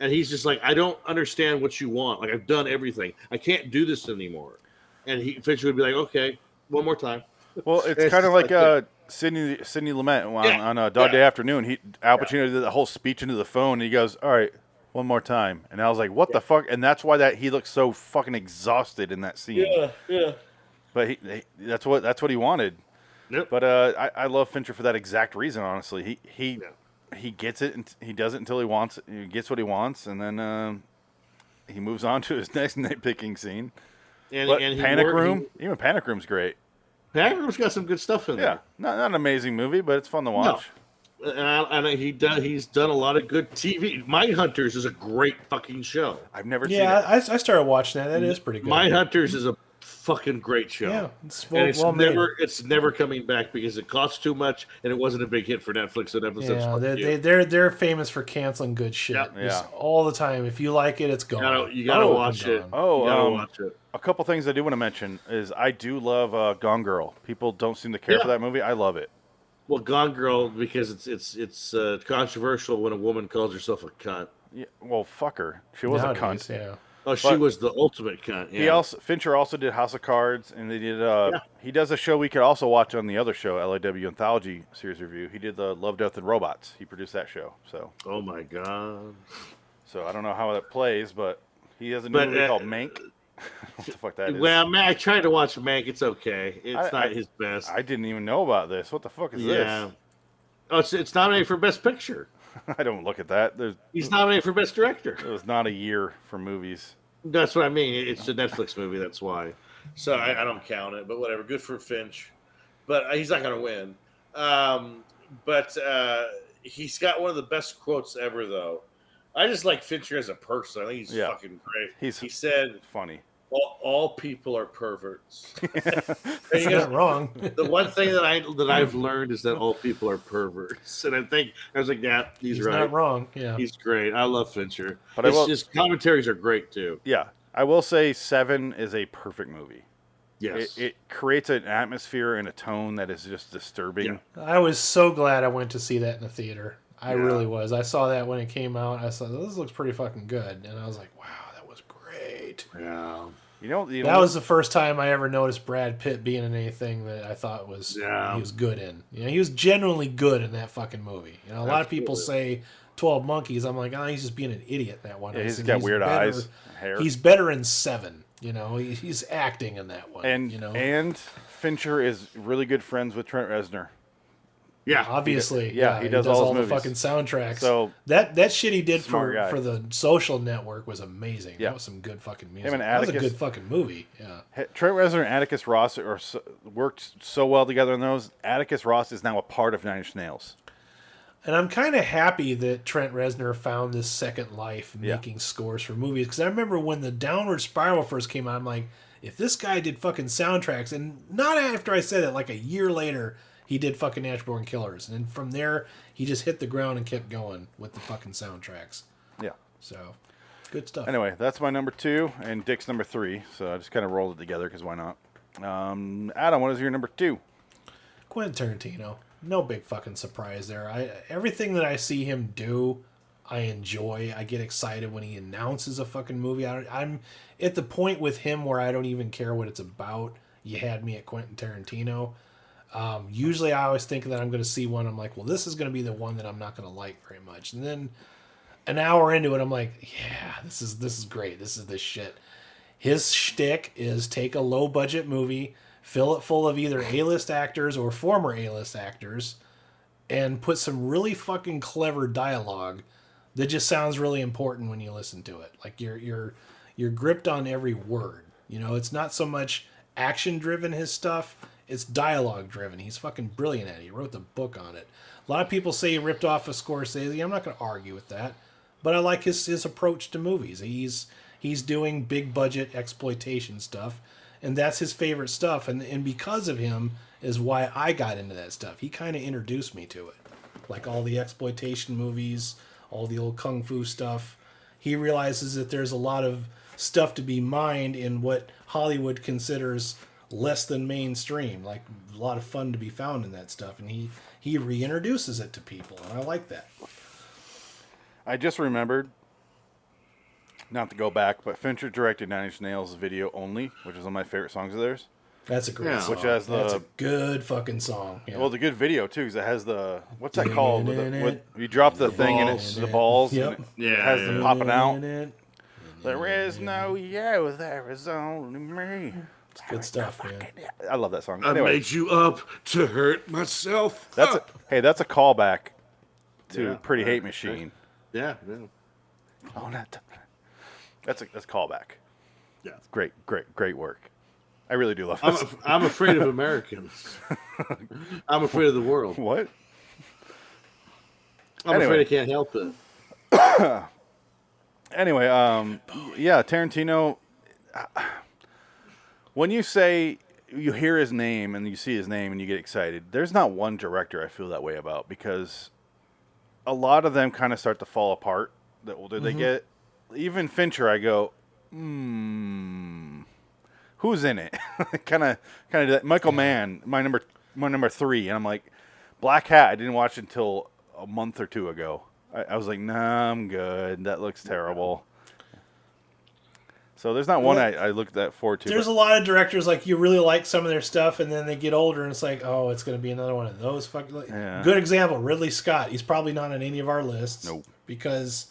and he's just like i don't understand what you want like i've done everything i can't do this anymore and he Fincher would be like okay one more time
well it's
it's
kind of
just
like
like
uh Sidney Sidney Lumet on,
Yeah.
on uh, Dog Day
Yeah.
Afternoon. He Al Pacino did the whole speech into the phone and he goes, All right, one more time. And I was like, What the fuck? And that's why that he looks so fucking exhausted in that scene.
yeah
But he, he that's what that's what he wanted.
Yep.
But uh, I, I love Fincher for that exact reason. Honestly, he he he gets it and he does it until he wants he gets what he wants, and then um, he moves on to his next nitpicking scene.
and,
But
and he
Panic
wor- he-
Room, even Panic Room's great.
panic room's got some good stuff in
Yeah,
there
not not an amazing movie, but it's fun to watch.
and, I, and he does he's done a lot of good tv my hunters is a great fucking show
I've never
yeah,
seen it.
I, I started watching that. That is pretty good.
My Hunters is a fucking great show.
Yeah, it's well,
And it's
well made.
never it's never coming back because it costs too much and it wasn't a big hit for Netflix and Netflix said,
Yeah,
"Fuck
they're,
you."
they, they're they're famous for canceling good shit
Yep.
Just
Yeah.
all the time. If you like it, it's gone.
you gotta, you gotta
Oh,
watch it.
gone.
Oh,
you gotta
um,
watch it.
A couple things I do want to mention is I do love uh, Gone Girl. People don't seem to care for
Yeah.
that movie. I love it.
Well, Gone Girl because it's it's it's uh, controversial when a woman calls herself a cunt.
Yeah, well, fuck her. She was a
Nowadays,
cunt.
Yeah.
Oh, she
But-
was the ultimate cunt. Yeah.
He also Fincher also did House of Cards, and they did. Uh, He does a show we could also watch on the other show, LAW Anthology series review. He did the Love, Death, and Robots. He produced that show. So,
oh my god.
so I don't know how that plays, but he has a new
But,
movie
uh,
called Mank. what the fuck that is?
Well, man, I tried to watch Mank. It's okay. It's
I-
not
I-
his best.
I didn't even know about this. What the fuck is
yeah. Oh, it's it's nominated for best picture.
this? I don't look at that. There's
He's nominated for best director.
it was not a year for movies.
That's what I mean. It's a Netflix movie. That's why. So I, I don't count it, but whatever. Good for Finch, but uh, he's not going to win. Um, but uh, he's got one of the best quotes ever, though. I just like Fincher as a person. I think he's
Yeah.
fucking great.
He's-
he said,
Funny.
all, "All people are perverts." And
It's
you
not
know,
wrong.
the one thing that I that I've learned is that all people are perverts, and I think I was like, "Yeah, he's,
He's
right.
not wrong. Yeah.
He's great. I love Fincher,
But
but
I
his,
will-
his commentaries are great too.
Yeah, I will say Seven is a perfect movie.
Yes,
It, it creates an atmosphere and a tone that is just disturbing.
Yeah.
I was so glad I went to see that in the theater. I
Yeah.
really was. I saw that when it came out. I saw this looks pretty fucking good, and I was like, wow, that was great.
yeah.
You know, you
That
know
was the first time I ever noticed Brad Pitt being in anything that I thought was
Yeah.
he was good in. You know, he was genuinely good in that fucking movie. You know, a lot of people say Twelve Monkeys. I'm like, oh, he's just being an idiot in that one.
Yeah,
I
he's
said,
got weird
better-
eyes, hair.
He's better in Seven. You know, he, he's acting in that one.
and
you know,
and Fincher is really good friends with Trent Reznor.
yeah.
obviously,
yeah, he does all his
the
movies.
fucking soundtracks.
So-
that that shit he did
Smart
for
guy.
for the Social Network was amazing.
Yeah.
That was some good fucking music.
and
that was a
Atticus.
good fucking movie. Yeah.
He- Trent Reznor and Atticus Ross are so, worked so well together in those. Atticus Ross is now a part of Nine Inch Nails.
And I'm kind of happy that Trent Reznor found this second life
Yeah.
making scores for movies because I remember when the Downward Spiral first came out, I'm like, if this guy did fucking soundtracks, and not after I said it, like a year later, he did fucking Natural Born Killers, and then from there he just hit the ground and kept going with the fucking soundtracks.
Yeah.
So, good stuff.
Anyway, that's my number two and Dick's number three. So I just kind of rolled it together because why not? Um, Adam, what is your number two?
Quentin Tarantino. No big fucking surprise there. I everything that I see him do, I enjoy. I get excited when he announces a fucking movie. I don't, I'm at the point with him where I don't even care what it's about. You had me at Quentin Tarantino. Um, usually, I always think that I'm going to see one. I'm like, well, this is going to be the one that I'm not going to like very much. And then an hour into it, I'm like, yeah, this is this is great. This is this shit. His shtick is take a low budget movie, fill it full of either A list actors or former A list actors, and put some really fucking clever dialogue that just sounds really important when you listen to it. Like you're you're you're gripped on every word. You know, it's not so much action driven his stuff, it's dialogue driven. He's fucking brilliant at it. He wrote the book on it. A lot of people say he ripped off a Scorsese. I'm not going to argue with that, but I like his his approach to movies. He's he's doing big budget exploitation stuff, and that's his favorite stuff. And and because of him is why I got into that stuff. He kind of introduced me to it like all the exploitation movies, all the old kung fu stuff. He realizes that there's a lot of stuff to be mined in what Hollywood considers less than mainstream, like a lot of fun to be found in that stuff, and he he reintroduces it to people, and I like that.
I just remembered, not to go back, but Fincher directed Nine Inch Nails video only, which is one of my favorite songs of theirs.
That's a great
Yeah.
song.
Which has the-
That's a good fucking song. Yeah.
Well, it's a good video too, because it has the what's that called? With the, with, you drop the, thing and it's
balls.
the balls. and
Yep.
it
Yeah,
has
yeah.
them popping out. There is no you, there is only me.
It's good stuff, man.
I love that song.
I
Anyway,
made you up to hurt myself.
that's a, hey, that's a callback to
Yeah.
Pretty Hate Machine.
yeah, yeah,
Oh, not that- That's a that's a callback.
yeah.
Great, great, great work. I really do love
I'm,
this.
af- I'm afraid of Americans. I'm afraid of the world.
what?
I'm
Anyway.
afraid I can't help it.
anyway, um, yeah, Tarantino. when you say you hear his name and you see his name and you get excited, there's not one director I feel that way about because a lot of them kind of start to fall apart the older they get. Even Fincher, I go, hmm, who's in it? Kind of, kind of. Michael Mann, my number, my number three, and I'm like, Black Hat. I didn't watch until a month or two ago. I, I was like, nah, I'm good. That looks terrible. So there's not one I, I looked that forward to.
There's
but-
a lot of directors like you really like some of their stuff, and then they get older, and it's like, oh, it's going to be another one of those. Fuck. Like,
Yeah.
Good example, Ridley Scott. He's probably not on any of our lists.
Nope.
Because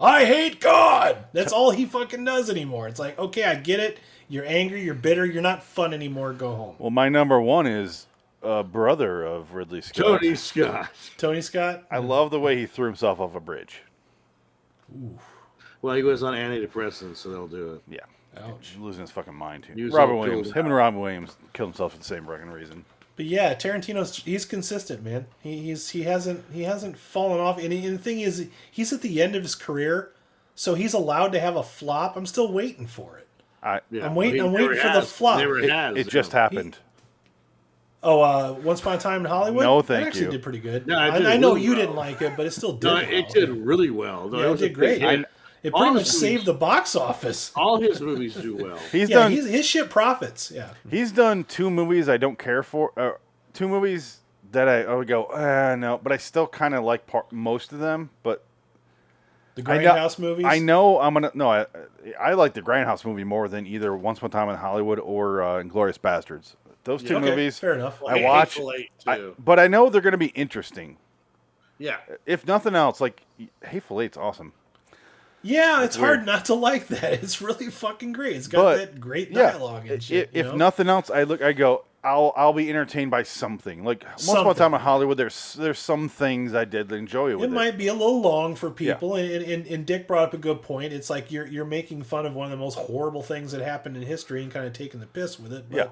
I hate God. That's all he fucking does anymore. It's like, okay, I get it. You're angry. You're bitter. You're not fun anymore. Go home.
Well, my number one is a brother of Ridley Scott.
Tony Scott.
Tony Scott.
I love the way he threw himself off a bridge.
Well, he was on antidepressants, so they'll do it.
Yeah,
Ouch.
losing his fucking mind too.
He was
Robert
all
Williams,
killed
him and Robin Williams killed himself for the same fucking reason.
But yeah, Tarantino's he's consistent, man. He, he's he hasn't he hasn't fallen off. And, he- and the thing is, he's at the end of his career, so he's allowed to have a flop. I'm still waiting for it.
I,
Yeah,
I'm waiting-
he
I'm waiting
never
for the
has.
flop.
Never
it,
has.
it just
yeah.
happened.
Oh, uh, Once Upon a Time in Hollywood.
No, thank
That actually
you.
did pretty good.
No, it
I,
did
I know
really
you
well.
didn't like it, but it still did.
No,
well.
it did really well. though.
Yeah,
That
it
was a
did great.
big hit.
It pretty much
Honestly,
saved the box office.
All his movies do well.
He's
yeah,
done.
he's, his shit profits. Yeah,
He's done two movies I don't care for. Uh, two movies that I, I would go, ah, no, but I still kind of like par- most of them. But
the
I know-
Grindhouse movies.
I know I'm gonna no. I I like the Grindhouse movie more than either Once Upon a Time in Hollywood or uh, Inglorious Bastards. Those two
Yeah,
Okay,
movies,
Fair enough.
I
Hateful
watch-
Eight,
I-
too.
but I know they're gonna be interesting.
yeah,
If nothing else, like Hateful Eight's awesome.
yeah, it's hard
weird.
not to like that. It's really fucking great. It's got
But,
that great
yeah,
dialogue
i-
and shit.
if
you know?
nothing else, I look, I go, I'll I'll be entertained by something. Like once upon a
Something.
time in Hollywood, there's there's some things I did enjoy with it.
it might be a little long for people and, and- and, and dick brought up a good point it's like you're you're making fun of one of the most horrible things that happened in history and kind of taking the piss with it but
Yeah,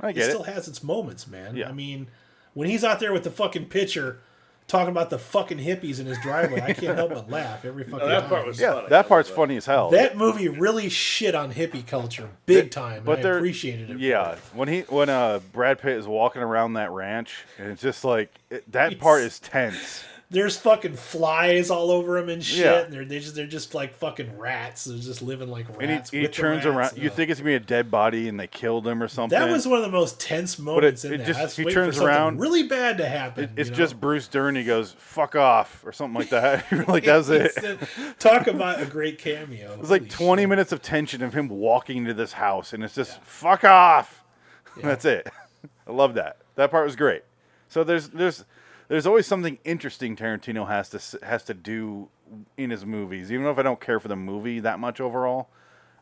I
it
get
still
it.
has its moments man
Yeah.
i mean when he's out there with the fucking pitcher talking about the fucking hippies in his driveway i can't help but laugh every fucking
that
time.
part was
Yeah,
funny.
that part's funny as hell.
that movie really shit on hippie culture big time
but
but i
there-
appreciated it
Yeah, when he when uh Brad Pitt is walking around that ranch, and it's just like it, that part is tense.
there's fucking flies all over him and shit
Yeah.
and they're, they just, they're just like fucking rats they're just living like rats
And he, he
with the
turns
rats
around.
and
You
the-
think it's gonna be a dead body, and they killed him or something.
That was one of the most tense moments
it
in there.
just-
I was
he
waiting for
turns
something
around.
Really bad to happen.
it's
you know?
just Bruce Dern. He goes "fuck off" or something like that. You're like that's it.
It's the- talk about a great cameo.
It's like 20 minutes of tension of him walking into this house, and it's just fuck off. That's it. I love that. That part was great. So there's there's there's always something interesting Tarantino has to s- has to do in his movies, even if I don't care for the movie that much overall.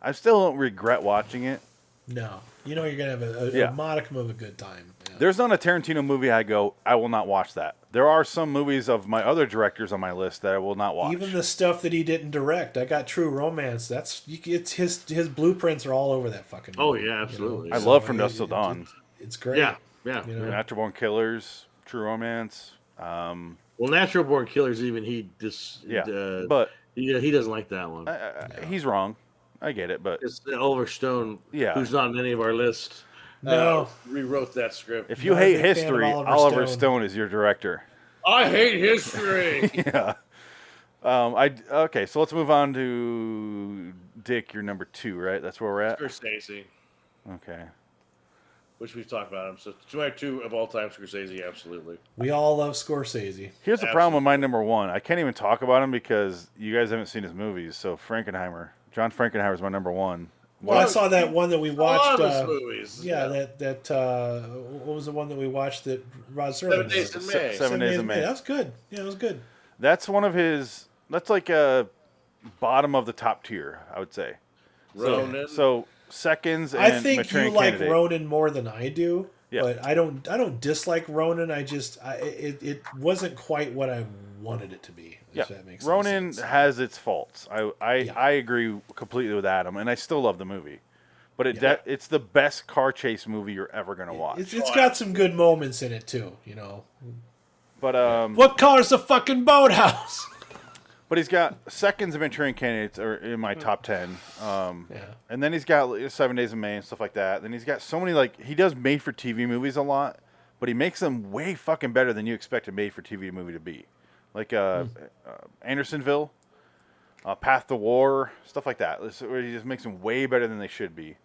I still don't regret watching it.
No, you know you're gonna have a, a,
Yeah.
a modicum of a good time. Yeah.
There's not a Tarantino movie I go I will not watch that. There are some movies of my other directors on my list that I will not watch.
Even the stuff that he didn't direct, I got True Romance. That's you, it's his his blueprints are all over that fucking.
Oh,
movie,
yeah,
you know?
absolutely.
I love From
it-
Dusk Till
it-
Dawn.
it- it's great.
yeah, yeah.
You know?
Natural Born Killers, True Romance. Um,
Well, Natural Born Killers, even he just
yeah,
uh,
but
yeah, he doesn't like that one.
I- I- he's wrong. I get it, but
It's Oliver Stone,
Yeah.
who's not on any of our lists.
No.
uh, rewrote that script.
if you
Not a
hate
big fan of
history, Oliver,
Oliver
Stone.
Stone.
is your director.
I hate history.
yeah. Um, I okay, so let's move on to Dick. You're number two, right? That's where we're at.
Scorsese,
Okay.
which we've talked about him. So two my two of all time, Scorsese, absolutely.
We all love Scorsese.
Here's the problem with my number one. I can't even talk about him because you guys haven't seen his movies. So Frankenheimer, John Frankenheimer is my number one.
Well, I
Well,
saw that one that we
I
watched.
love his
uh,
movies.
Yeah, that that uh, what was the one that we watched that Rod Serling?
Seven
did?
Days to May.
Se- Seven, Days, of May.
That was good. Yeah, it was good.
That's one of his. That's like a bottom of the top tier, I would say.
Ronin.
So seconds. And
I think you
Maturing
like
Candidate.
Ronan more than I do.
Yeah.
But I don't. I don't dislike Ronan. I just. I, it. It wasn't quite what I wanted it to be. If
Yeah,
that makes any
Ronin
sense.
has its faults. I I,
Yeah.
I agree completely with Adam, and I still love the movie, but it de- it's the best car chase movie you're ever gonna watch.
It's, it's got some good moments in it too. You know.
but um,
What color's the fucking boathouse?
but But he's got seconds of Manchurian candidates are in
Hmm.
my top ten. Um,
Yeah.
and then he's got like, Seven Days of May and stuff like that. Then he's got so many like he does made for TV movies a lot, but he makes them way fucking better than you expect a made for TV movie to be, like uh,
Hmm.
uh, Andersonville, uh, Path to War, stuff like that. It's- where he just makes them way better than they should be.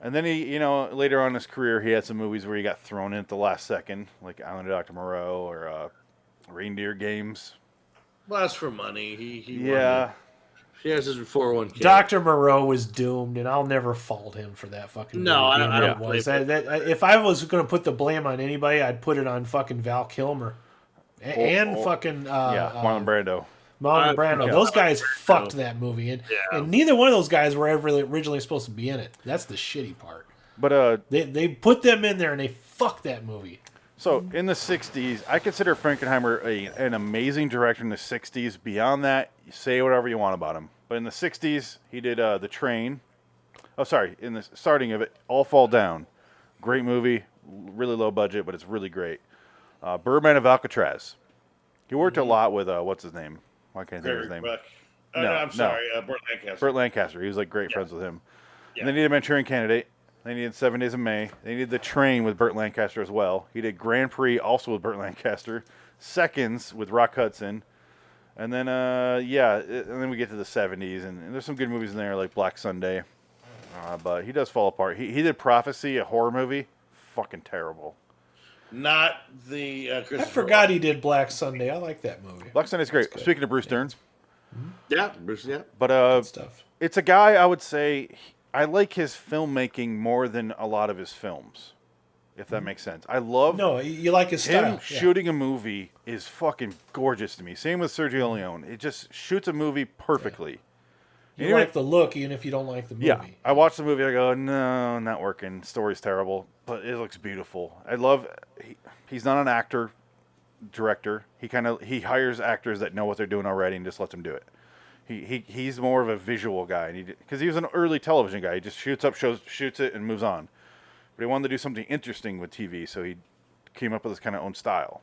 And then he, you know, later on in his career, he had some movies where he got thrown in at the last second, like Island of Dr. Moreau or uh, Reindeer Games.
Well, that's for money. He, he won
Yeah.
it. He has his 401k.
Doctor Moreau was doomed, and I'll never fault him for that fucking.
No,
movie
I don't- I
being what it
don't
was.
blame
That- that- if I was going to put the blame on anybody, I'd put it on fucking Val Kilmer A-
Or-
and
or-
fucking uh,
Yeah.
uh,
Marlon Brando.
Marlon
Uh,
Brando.
yeah.
Those guys fucked that movie, and
Yeah.
and neither one of those guys were ever originally supposed to be in it. That's the shitty part.
But uh,
They they put them in there and they fucked that movie.
so in the 60s, I consider Frankenheimer a, an amazing director in the 60s. Beyond that, you say whatever you want about him. But in the 60s, he did uh, The Train. Oh, sorry. In the starting of it, All Fall Down. Great movie. Really low budget, but it's really great. Uh, Birdman of Alcatraz. He worked a lot with, uh, what's his name? Why can't I think of his
Gregory
name?
uh,
Buck. Oh,
No,
no, I'm
no.
sorry, uh, Burt Lancaster.
Burt Lancaster. He was like great friends with him. And they needed a Manchurian candidate. They needed Seven Days of May. They needed the train with Burt Lancaster as well. He did Grand Prix also with Burt Lancaster. Seconds with Rock Hudson. And then, uh, yeah, it- and then we get to the 70s, and, and there's some good movies in there like Black Sunday. Uh, but he does fall apart. He, he did Prophecy, a horror movie. Fucking terrible.
Not the uh,
I
Christopher.
forgot he did Black Sunday. I like that movie.
Black Sunday's great. Speaking of Bruce Dern,
Yeah, Bruce, yeah.
but uh,
Stuff.
it's a guy I would say I like his filmmaking more than a lot of his films, if that makes sense. I love
Mm-hmm. No, you- you like his
him
style. yeah.
shooting a movie is fucking gorgeous to me. Same with Sergio Leone. It just shoots a movie perfectly.
You
Anyway-
like the look, even if you don't like the movie.
Yeah, I watched the movie. I go, no, not working. Story's terrible, but it looks beautiful. I love. He, he's not an actor, director. He kind of he hires actors that know what they're doing already and just lets them do it. He, he he's more of a visual guy, and he because he was an early television guy. He just shoots up, shows, shoots it, and moves on. But he wanted to do something interesting with TV, so he came up with his kind of own style.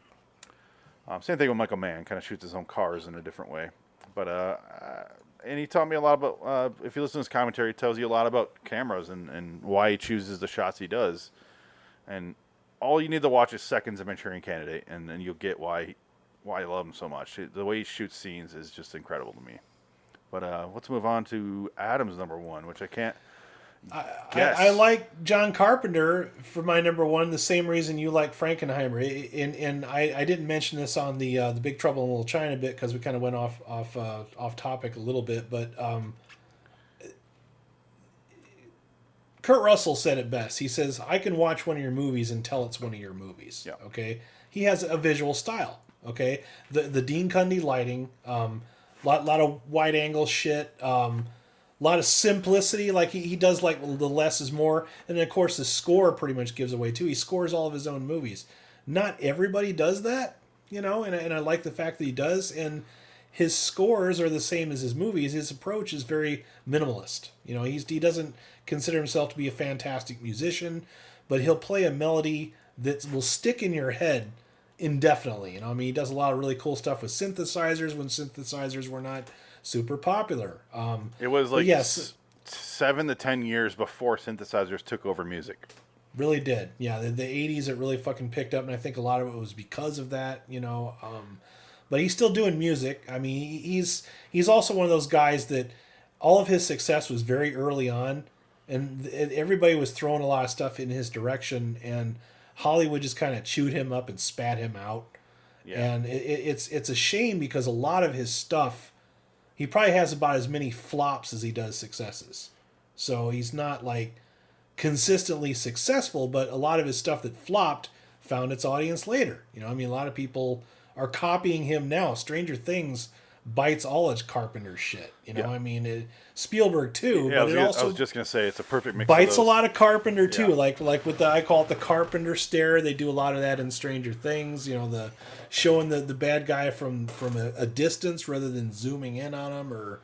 Um, same thing with Michael Mann, kind of shoots his own cars in a different way. But uh, uh, and he taught me a lot about. Uh, if you listen to his commentary, it tells you a lot about cameras and, and why he chooses the shots he does. And all you need to watch is seconds of Manchurian Candidate, and then you'll get why why I love him so much. It- the way he shoots scenes is just incredible to me. But uh, let's move on to Adam's number one, which I can't. guess.
I, I like John Carpenter for my number one. The same reason you like Frankenheimer. I- And and I, I didn't mention this on the uh, the Big Trouble in Little China bit because we kind of went off off uh, off topic a little bit. But um, Kurt Russell said it best. He says, "I can watch one of your movies and tell it's one of your movies."
Yeah.
Okay. He has a visual style. Okay. The the Dean Cundy lighting. Um, lot lot of wide angle shit. Um, a lot of simplicity like he, he does like the less is more and then of course the score pretty much gives away too he scores all of his own movies not everybody does that you know and, I- and i like the fact that he does and his scores are the same as his movies his approach is very minimalist you know he's, he doesn't consider himself to be a fantastic musician but he'll play a melody that will stick in your head indefinitely. You know, I mean, he does a lot of really cool stuff with synthesizers when synthesizers were not super popular. Um,
It was like
yes.
s- seven to ten years before synthesizers took over music.
Really did. Yeah, the, the 80s it really fucking picked up, and I think a lot of it was because of that, you know. Um, but he's still doing music. I mean, he- he's he's also one of those guys that all of his success was very early on, and th- everybody was throwing a lot of stuff in his direction, and Hollywood just kind of chewed him up and spat him out.
Yeah.
And it, it, it's it's a shame because a lot of his stuff, he probably has about as many flops as he does successes. So he's not like consistently successful, but a lot of his stuff that flopped found its audience later. You know, I mean, a lot of people are copying him now. Stranger Things bites all its Carpenter shit. You know,
Yeah.
I mean, it, Spielberg too,
Yeah, I
but
was,
it
gonna- I
also
was just gonna say it's a perfect mix. of
bites a
those.
lot of Carpenter too.
Yeah.
Like like with the I call it the Carpenter stare. They do a lot of that in Stranger Things. You know, the showing the the bad guy from from a, a distance rather than zooming in on him or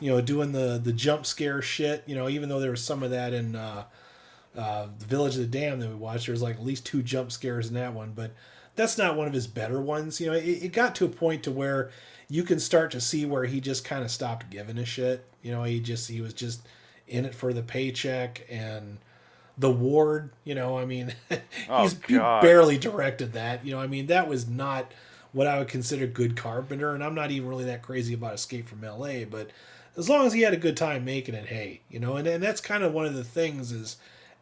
you know doing the the jump scare shit. You know, even though there was some of that in. uh uh, the Village of the Dam that we watched, there was like at least two jump scares in that one. But that's not one of his better ones. You know, it, it got to a point to where you can start to see where he just kind of stopped giving a shit. You know, he just he was just in it for the paycheck and the ward. You know, I mean,
Oh,
he's he
God.
barely directed that. You know, I mean, that was not what I would consider good Carpenter, and I'm not even really that crazy about Escape from L.A. But as long as he had a good time making it, hey, you know, and and that's kind of one of the things is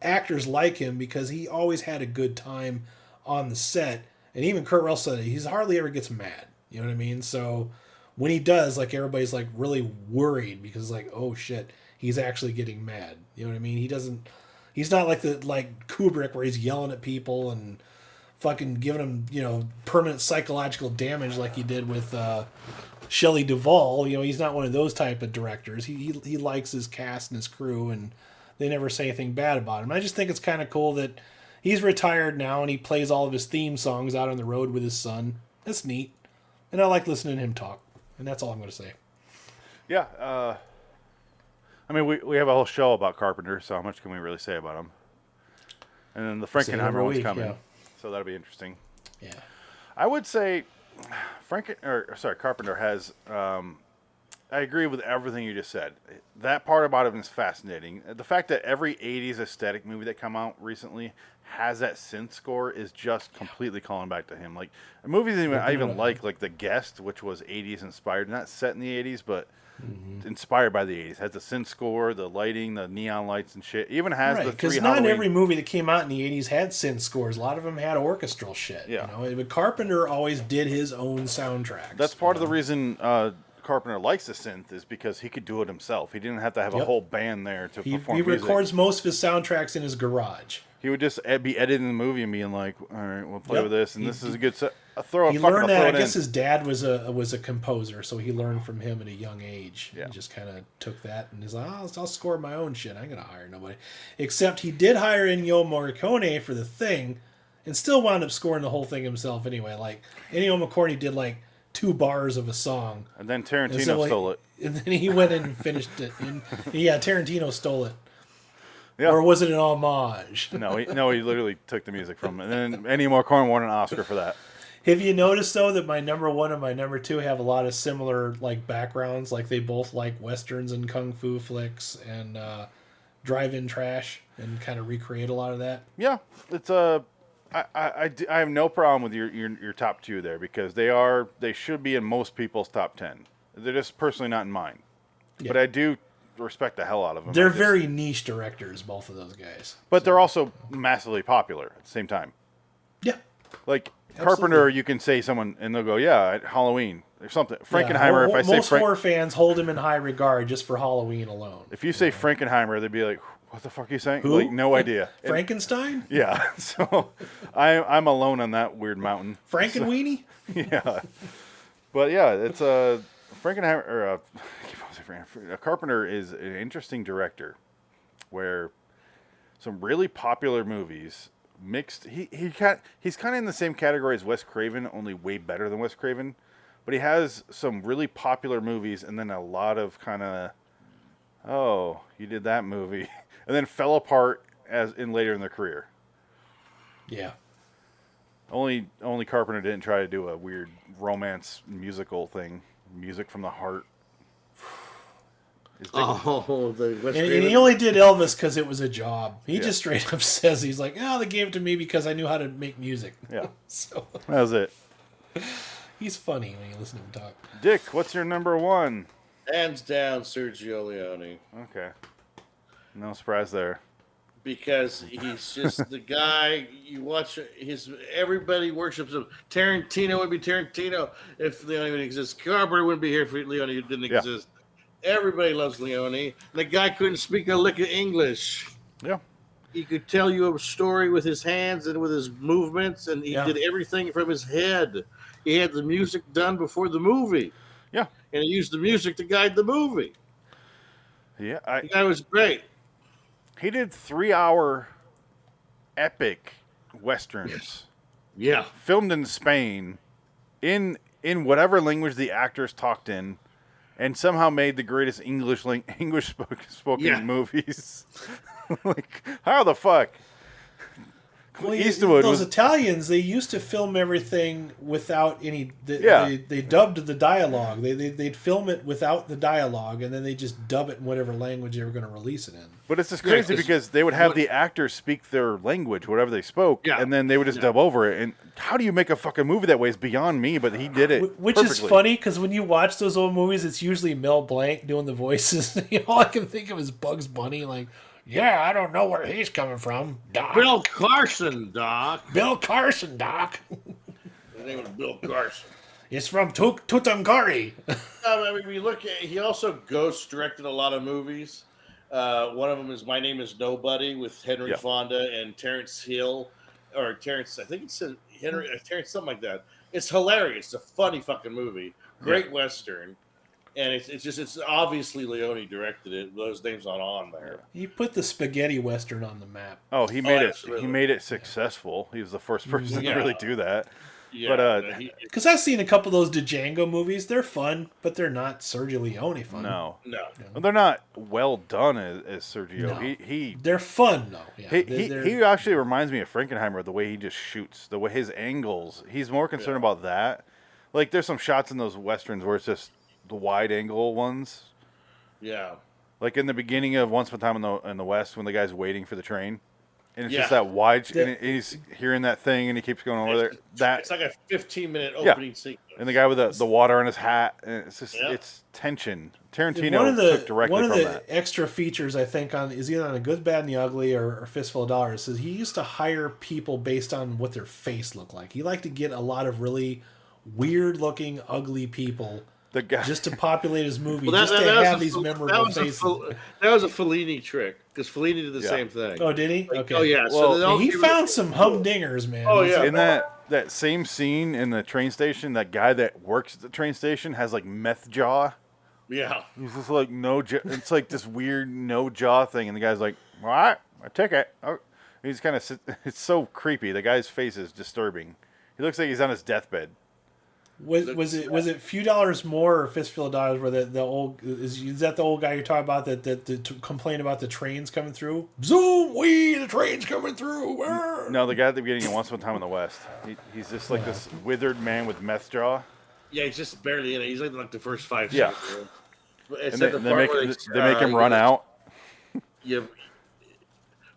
actors like him because he always had a good time on the set. And even Kurt Russell said it, he's hardly ever gets mad. You know what I mean? So when he does, like everybody's like really worried because like, oh shit, he's actually getting mad. You know what I mean? He doesn't he's not like the like Kubrick where he's yelling at people and fucking giving them, you know, permanent psychological damage like he did with uh Shelley Duvall, you know, he's not one of those type of directors. He, he he likes his cast and his crew, and they never say anything bad about him. I just think it's kind of cool that he's retired now and he plays all of his theme songs out on the road with his son. That's neat, and I like listening to him talk. And that's all I'm going to say.
Yeah. Uh, I mean, we, we have a whole show about Carpenter, so how much can we really say about him? And then the
it every
Frankenheimer one's
week,
coming,
yeah.
so that'll be interesting.
Yeah,
I would say Frank or sorry, Carpenter has um, I agree with everything you just said. That part about him is fascinating. The fact that every 80s aesthetic movie that come out recently has that synth score is just completely calling back to him. Like movies even, I even like like The Guest, which was 80s inspired, not set in the 80s, but
Mm-hmm.
inspired by the 80s. Has the synth score, the lighting, the neon lights and shit. Even has
right.
the
Because
three
not
Halloween-
every movie that came out in the '80s had synth scores. A lot of them had orchestral shit.
Yeah.
you know, but Carpenter always did his own soundtracks.
That's part of the reason uh, Carpenter likes the synth is because he could do it himself. He didn't have to have a
Yep.
whole band there to
He,
perform
he
music.
records most of his soundtracks in his garage.
He would just ed- be editing the movie and being like, "All right, we'll play
Yep.
with this, and
He-
this is a good set. I'll throw a
he
fucking I'll
learned
throw
that. I
it
guess
in."
his dad was a was a composer, so he learned from him at a young age.
Yeah.
He just kind of took that and he's like, oh, I'll score my own shit. I'm gonna hire nobody. Except he did hire Ennio Morricone for the thing, and still wound up scoring the whole thing himself anyway. Like Ennio Morricone did like two bars of a song,
And then
and
Tarantino
so, like-
stole it.
and then he went in and finished it. And, yeah, Tarantino stole it.
Yeah.
Or was it an homage?
No, he, no, he literally took the music from it. And then Andy Morricone won an Oscar for that.
Have you noticed though that my number one and my number two have a lot of similar like backgrounds? Like they both like westerns and kung fu flicks and uh, drive-in trash, and kind of recreate a lot of that.
Yeah, it's uh, I I- I d- I have no problem with your, your your top two there because they are they should be in most people's top ten. They're just personally not in mine, but I do respect the hell out of them.
They're
I just-
very niche directors, both of those guys.
but they're also massively popular at the same time.
Yeah,
Like Carpenter, you can say someone and they'll go, yeah, at Halloween or something. Frankenheimer. if
Yeah.
I say
most
Frank,
horror fans hold him in high regard just for Halloween alone.
if you say Frankenheimer, they'd be like, what the fuck are you saying? Like no idea. And-
Frankenstein,
yeah, so I, I'm alone on that weird mountain.
Frankenweenie.
yeah. But yeah, it's a Frankenheimer or uh, I keep on saying Frank- uh, Carpenter is an interesting director, where some really popular movies mixed. He he kind he's kind of in the same category as Wes Craven, only way better than Wes Craven. But he has some really popular movies, and then a lot of kind of, oh, you did that movie, and then fell apart as in later in their career.
Yeah,
Only only Carpenter didn't try to do a weird romance musical thing, music from the heart. Is Dick-
Oh, the West
and, and he only did Elvis because it was a job. He just straight up says he's like, "Oh, they gave it to me because I knew how to make music."
Yeah,
So.
that was it.
He's funny when you listen to him talk.
Dick, what's your number one?
Hands down, Sergio Leone.
Okay, no surprise there.
because he's just the guy you watch his everybody worships him. Tarantino would be Tarantino if Leone didn't exist. Carpenter wouldn't be here if Leone didn't
Yeah.
exist. Everybody loves Leone. The guy couldn't speak a lick of English.
Yeah,
He could tell you a story with his hands and with his movements, and he
Yeah.
did everything from his head. He had the music done before the movie.
Yeah.
And he used the music to guide the movie.
yeah. I,
The guy was great.
he did three-hour epic westerns
Yeah.
filmed in Spain, in in whatever language the actors talked in, and somehow made the greatest English ling- English spoken, spoken
Yeah.
movies. like how the fuck?
Well, you-
Eastwood
those
was
Italians, they used to film everything without any. They,
Yeah.
they, they dubbed the dialogue. They, they they'd film it without the dialogue, and then they just dub it in whatever language they were going to release it in.
But it's just
Yeah,
crazy
'cause
because they would have
what-
the actors speak their language, whatever they spoke,
Yeah.
and then they would just dub over it. And how do you make a fucking movie that way is beyond me, but he did it.
Wh- Which
perfectly.
is funny because when you watch those old movies, it's usually Mel Blanc doing the voices. All I can think of is Bugs Bunny, like, yeah, I don't know where he's coming from, Doc. Bill,
Bill Carson, Doc.
Carson, Doc.
His name was Bill Carson.
It's from Tut- Tutankari.
Um, I mean, we look at. He also ghost directed a lot of movies. Uh, one of them is My Name Is Nobody with Henry
Yeah.
Fonda and Terrence Hill, or Terrence. I think it's a- Henry uh, Terrence something like that. It's hilarious. It's a funny fucking movie. Great western, and it's, it's just it's obviously Leone directed it. Those names aren't on there.
You put the spaghetti western on the map.
Oh, he made it.
absolutely.
He made it successful. He was the first person
Yeah.
to really do that.
Yeah,
But, uh,
he-
Because I've seen a couple of those Django movies. They're fun, but they're not Sergio Leone fun.
No,
no,
Well, they're not well done as, as Sergio.
No.
He he.
They're fun though. Yeah,
He,
they're-
he,
they're-
he actually reminds me of Frankenheimer the way he just shoots, the way his angles. He's more concerned about that. Like there's some shots in those westerns where it's just the wide angle ones
yeah.
like in the beginning of Once Upon a Time in the in the West when the guy's waiting for the train, and it's just
Yeah.
that wide,
The-
and, it- and he's hearing that thing, and he keeps going over there. That
It's like a 15 minute
Yeah.
opening sequence.
and the guy with the, the water on his hat, and it's just
Yeah.
it's tension. Tarantino
one of the
took directly
one of
from
the
that.
extra features I think on is either on a good, bad, and the ugly or, or fistful of dollars is he used to hire people based on what their face looked like. He liked to get a lot of really weird looking, ugly people
The guy,
just to populate his movie,
Well, that-
just
that-
to
that was
have
a-
these
that
memorable
was a
faces.
Fel- that was a Fellini trick because Fellini did the
Yeah.
same thing.
oh, did he? Okay.
Oh yeah.
Well,
so they
Yeah,
all
he
give it-
found some humdingers, man.
Oh
He's-
yeah.
in that that same scene in the train station, that guy that works at the train station has like meth jaw.
Yeah.
He's just like no, j- it's like this weird no jaw thing, and the guy's like, "All right, I took it." Oh. He's kind of it's so creepy. The guy's face is disturbing. He looks like he's on his deathbed.
Was was it was it few dollars more or fistful of dollars? Where the, the old is, is that the old guy you're talking about that that, that complained about the trains coming through? Zoom, we the trains coming through. Arr!
No, the guy at the beginning of Once Upon a Time in the West. He, he's just like this withered man with meth jaw.
Yeah. He's just barely in it. He's like, like the first five.
Yeah.
seconds, right? But
And
Except
they,
the
they
part
make,
where
him-
it's,
they make him
uh,
run out.
You,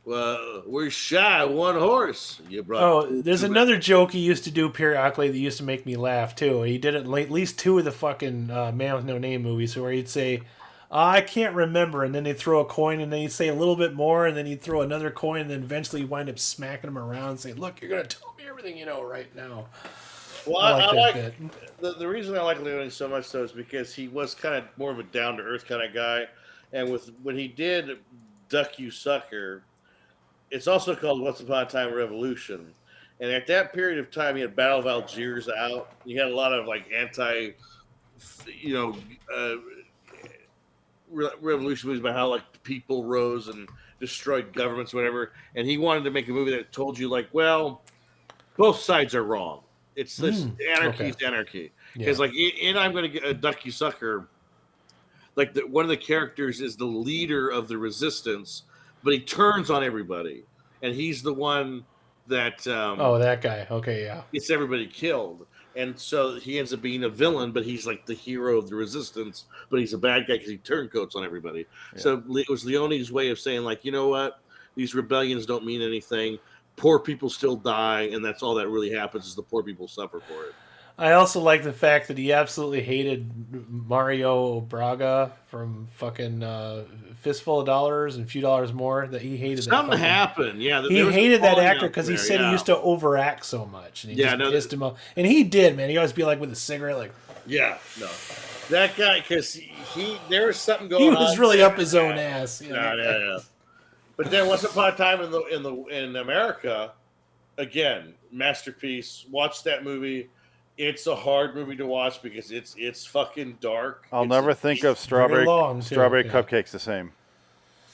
well, we're shy one horse. You brought.
Oh, there's another joke he used to do periodically that used to make me laugh too. He did it in at least two of the fucking uh, Man with No Name movies where he'd say, "Ah, "I can't remember," and then they'd throw a coin, and then he'd say a little bit more, and then he'd throw another coin, and then eventually you wind up smacking him around and say, "Look, you're gonna tell me everything you know right now."
Well,
I
I, I
like that
like,
bit.
the, the reason I like Leone so much though is because he was kind of more of a down to earth kind of guy, and with when he did "Duck You Sucker," it's also called "Once Upon a Time Revolution," and at that period of time, he had Battle of Algiers out. He had a lot of like anti, you know, uh, re- revolution movies about how like the people rose and destroyed governments, whatever. And he wanted to make a movie that told you like, well, both sides are wrong. It's this anarchy is anarchy because like in, in I'm going to get a ducky sucker. Like the, one of the characters is the leader of the resistance, but he turns on everybody, and he's the one that um,
Oh, that guy. Okay, yeah.
gets everybody killed. And so he ends up being a villain, but he's like the hero of the resistance, but he's a bad guy because he turncoats on everybody. So Le- it was Leone's way of saying, like, you know what? These rebellions don't mean anything. Poor people still die, and that's all that really happens is the poor people suffer for it.
I also like the fact that he absolutely hated Mario Braga from fucking uh, Fistful of Dollars and a few dollars more. That he hated. that
Something
fucking-
happened. Yeah. th-
He
there was
hated that
falling
actor
out
because he
there,
said
yeah.
he used to overact so much, and he
Yeah,
just
no,
pissed him off. And he did, man. He always be like with a cigarette, like
Yeah. No. That guy, because he, there was something going
he
on.
was really up his own ass. you
Yeah,
know?
yeah, yeah. But then once upon a time in the in the in America, again, masterpiece. Watch that movie. It's a hard movie to watch because it's it's fucking dark.
I'll
It's-
never think of strawberry
long, too,
strawberry
yeah.
cupcakes the same.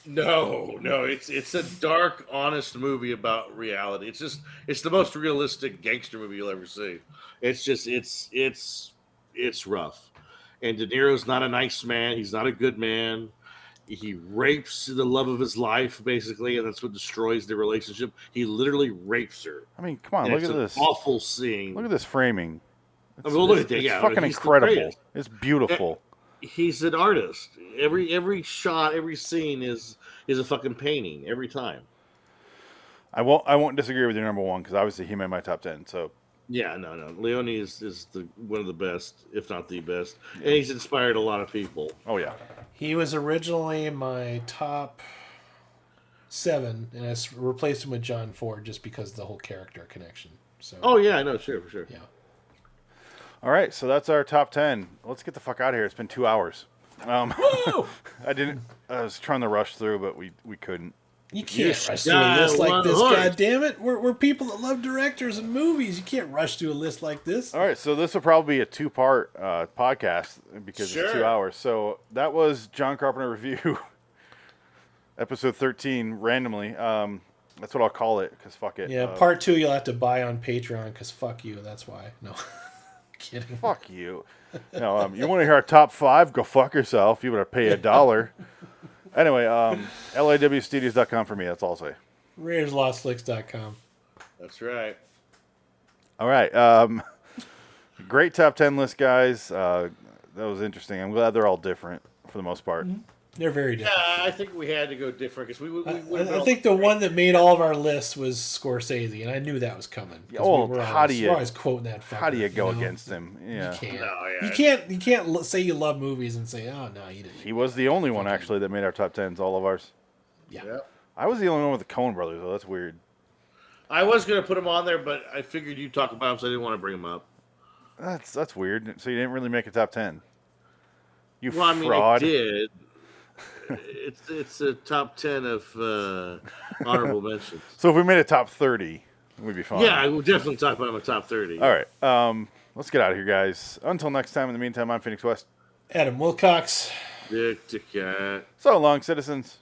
No, no, it's it's a dark, honest movie about reality. It's just it's the most realistic gangster movie you'll ever see. It's just it's it's it's rough. And De Niro's not a nice man. He's not a good man. he rapes the love of his life, basically, and that's what destroys the relationship. He literally rapes her.
I mean, come on,
And
Oh, look
it's
at
an
this.
Awful scene.
Look at this framing. It's,
mean, Oh, look
it's-
at that,
it's
yeah, I mean,
fucking
he's the
incredible.
greatest.
It's beautiful.
He's an artist. Every every shot, every scene is is a fucking painting every time.
I won't. I won't disagree with your number one because obviously he made my top ten. So
Yeah, no, no. Leone is is the one of the best, if not the best, and he's inspired a lot of people.
oh yeah,
He was originally my top seven, and I s- replaced him with John Ford just because of the whole character connection. So,
Oh yeah, I know, sure, for sure.
yeah.
All right, so that's our top ten. Let's get the fuck out of here. It's been two hours. Um, I didn't. I was trying to rush through, but we we couldn't.
You can't rush through
got
a list
one
like this,
horse.
God damn it! We're, we're people that love directors and movies. You can't rush through a list like this.
Oh.
All right, so this will probably be a two part uh, podcast because it's two
Sure.
hours. So that was John Carpenter review, episode thirteen, randomly. Um, that's what I'll call it because fuck it.
Yeah,
Uh,
part two you'll have to buy on Patreon because fuck you. That's why. No, kidding.
fuck you. No, um, you want to hear our top five? Go fuck yourself. You better pay a dollar. anyway, um, lawstudios.com for me. That's all I'll say.
RarersLostFlicks.com.
That's right.
All right. Um, great top 10 list, guys. Uh, that was interesting. I'm glad they're all different for the most part.
They're very
Yeah,
different.
I think we had to go different because we, we, we would've
I, I
all-
think the one that made all of our lists was Scorsese, and I knew that was coming. 'cause
Oh,
were
how do
always-
you-
we're always quoting that? Fucker,
How do you go
know?
against him? Yeah.
You can't.
No, yeah.
You can't. You can't lo- say you love movies and say, "Oh no, you didn't."
He was the only one, actually, that made our top 10s, all of ours.
Yeah.
Yep.
I was the only one with the Coen brothers, though. That's weird.
I was going to put him on there, but I figured you'd talk about him, so I didn't want to bring him up.
That's that's weird. So you didn't really make a top 10. You
Well, I mean,
fraud.
I did. It's it's a top ten of uh, honorable mentions.
So if we made a top 30, we'd be fine.
Yeah, I will definitely talk about my top thirty.
All right. Um, let's get out of here, guys. Until next time, in the meantime, I'm Phoenix West.
Adam Wilcox.
Dick to cat.
So long, citizens.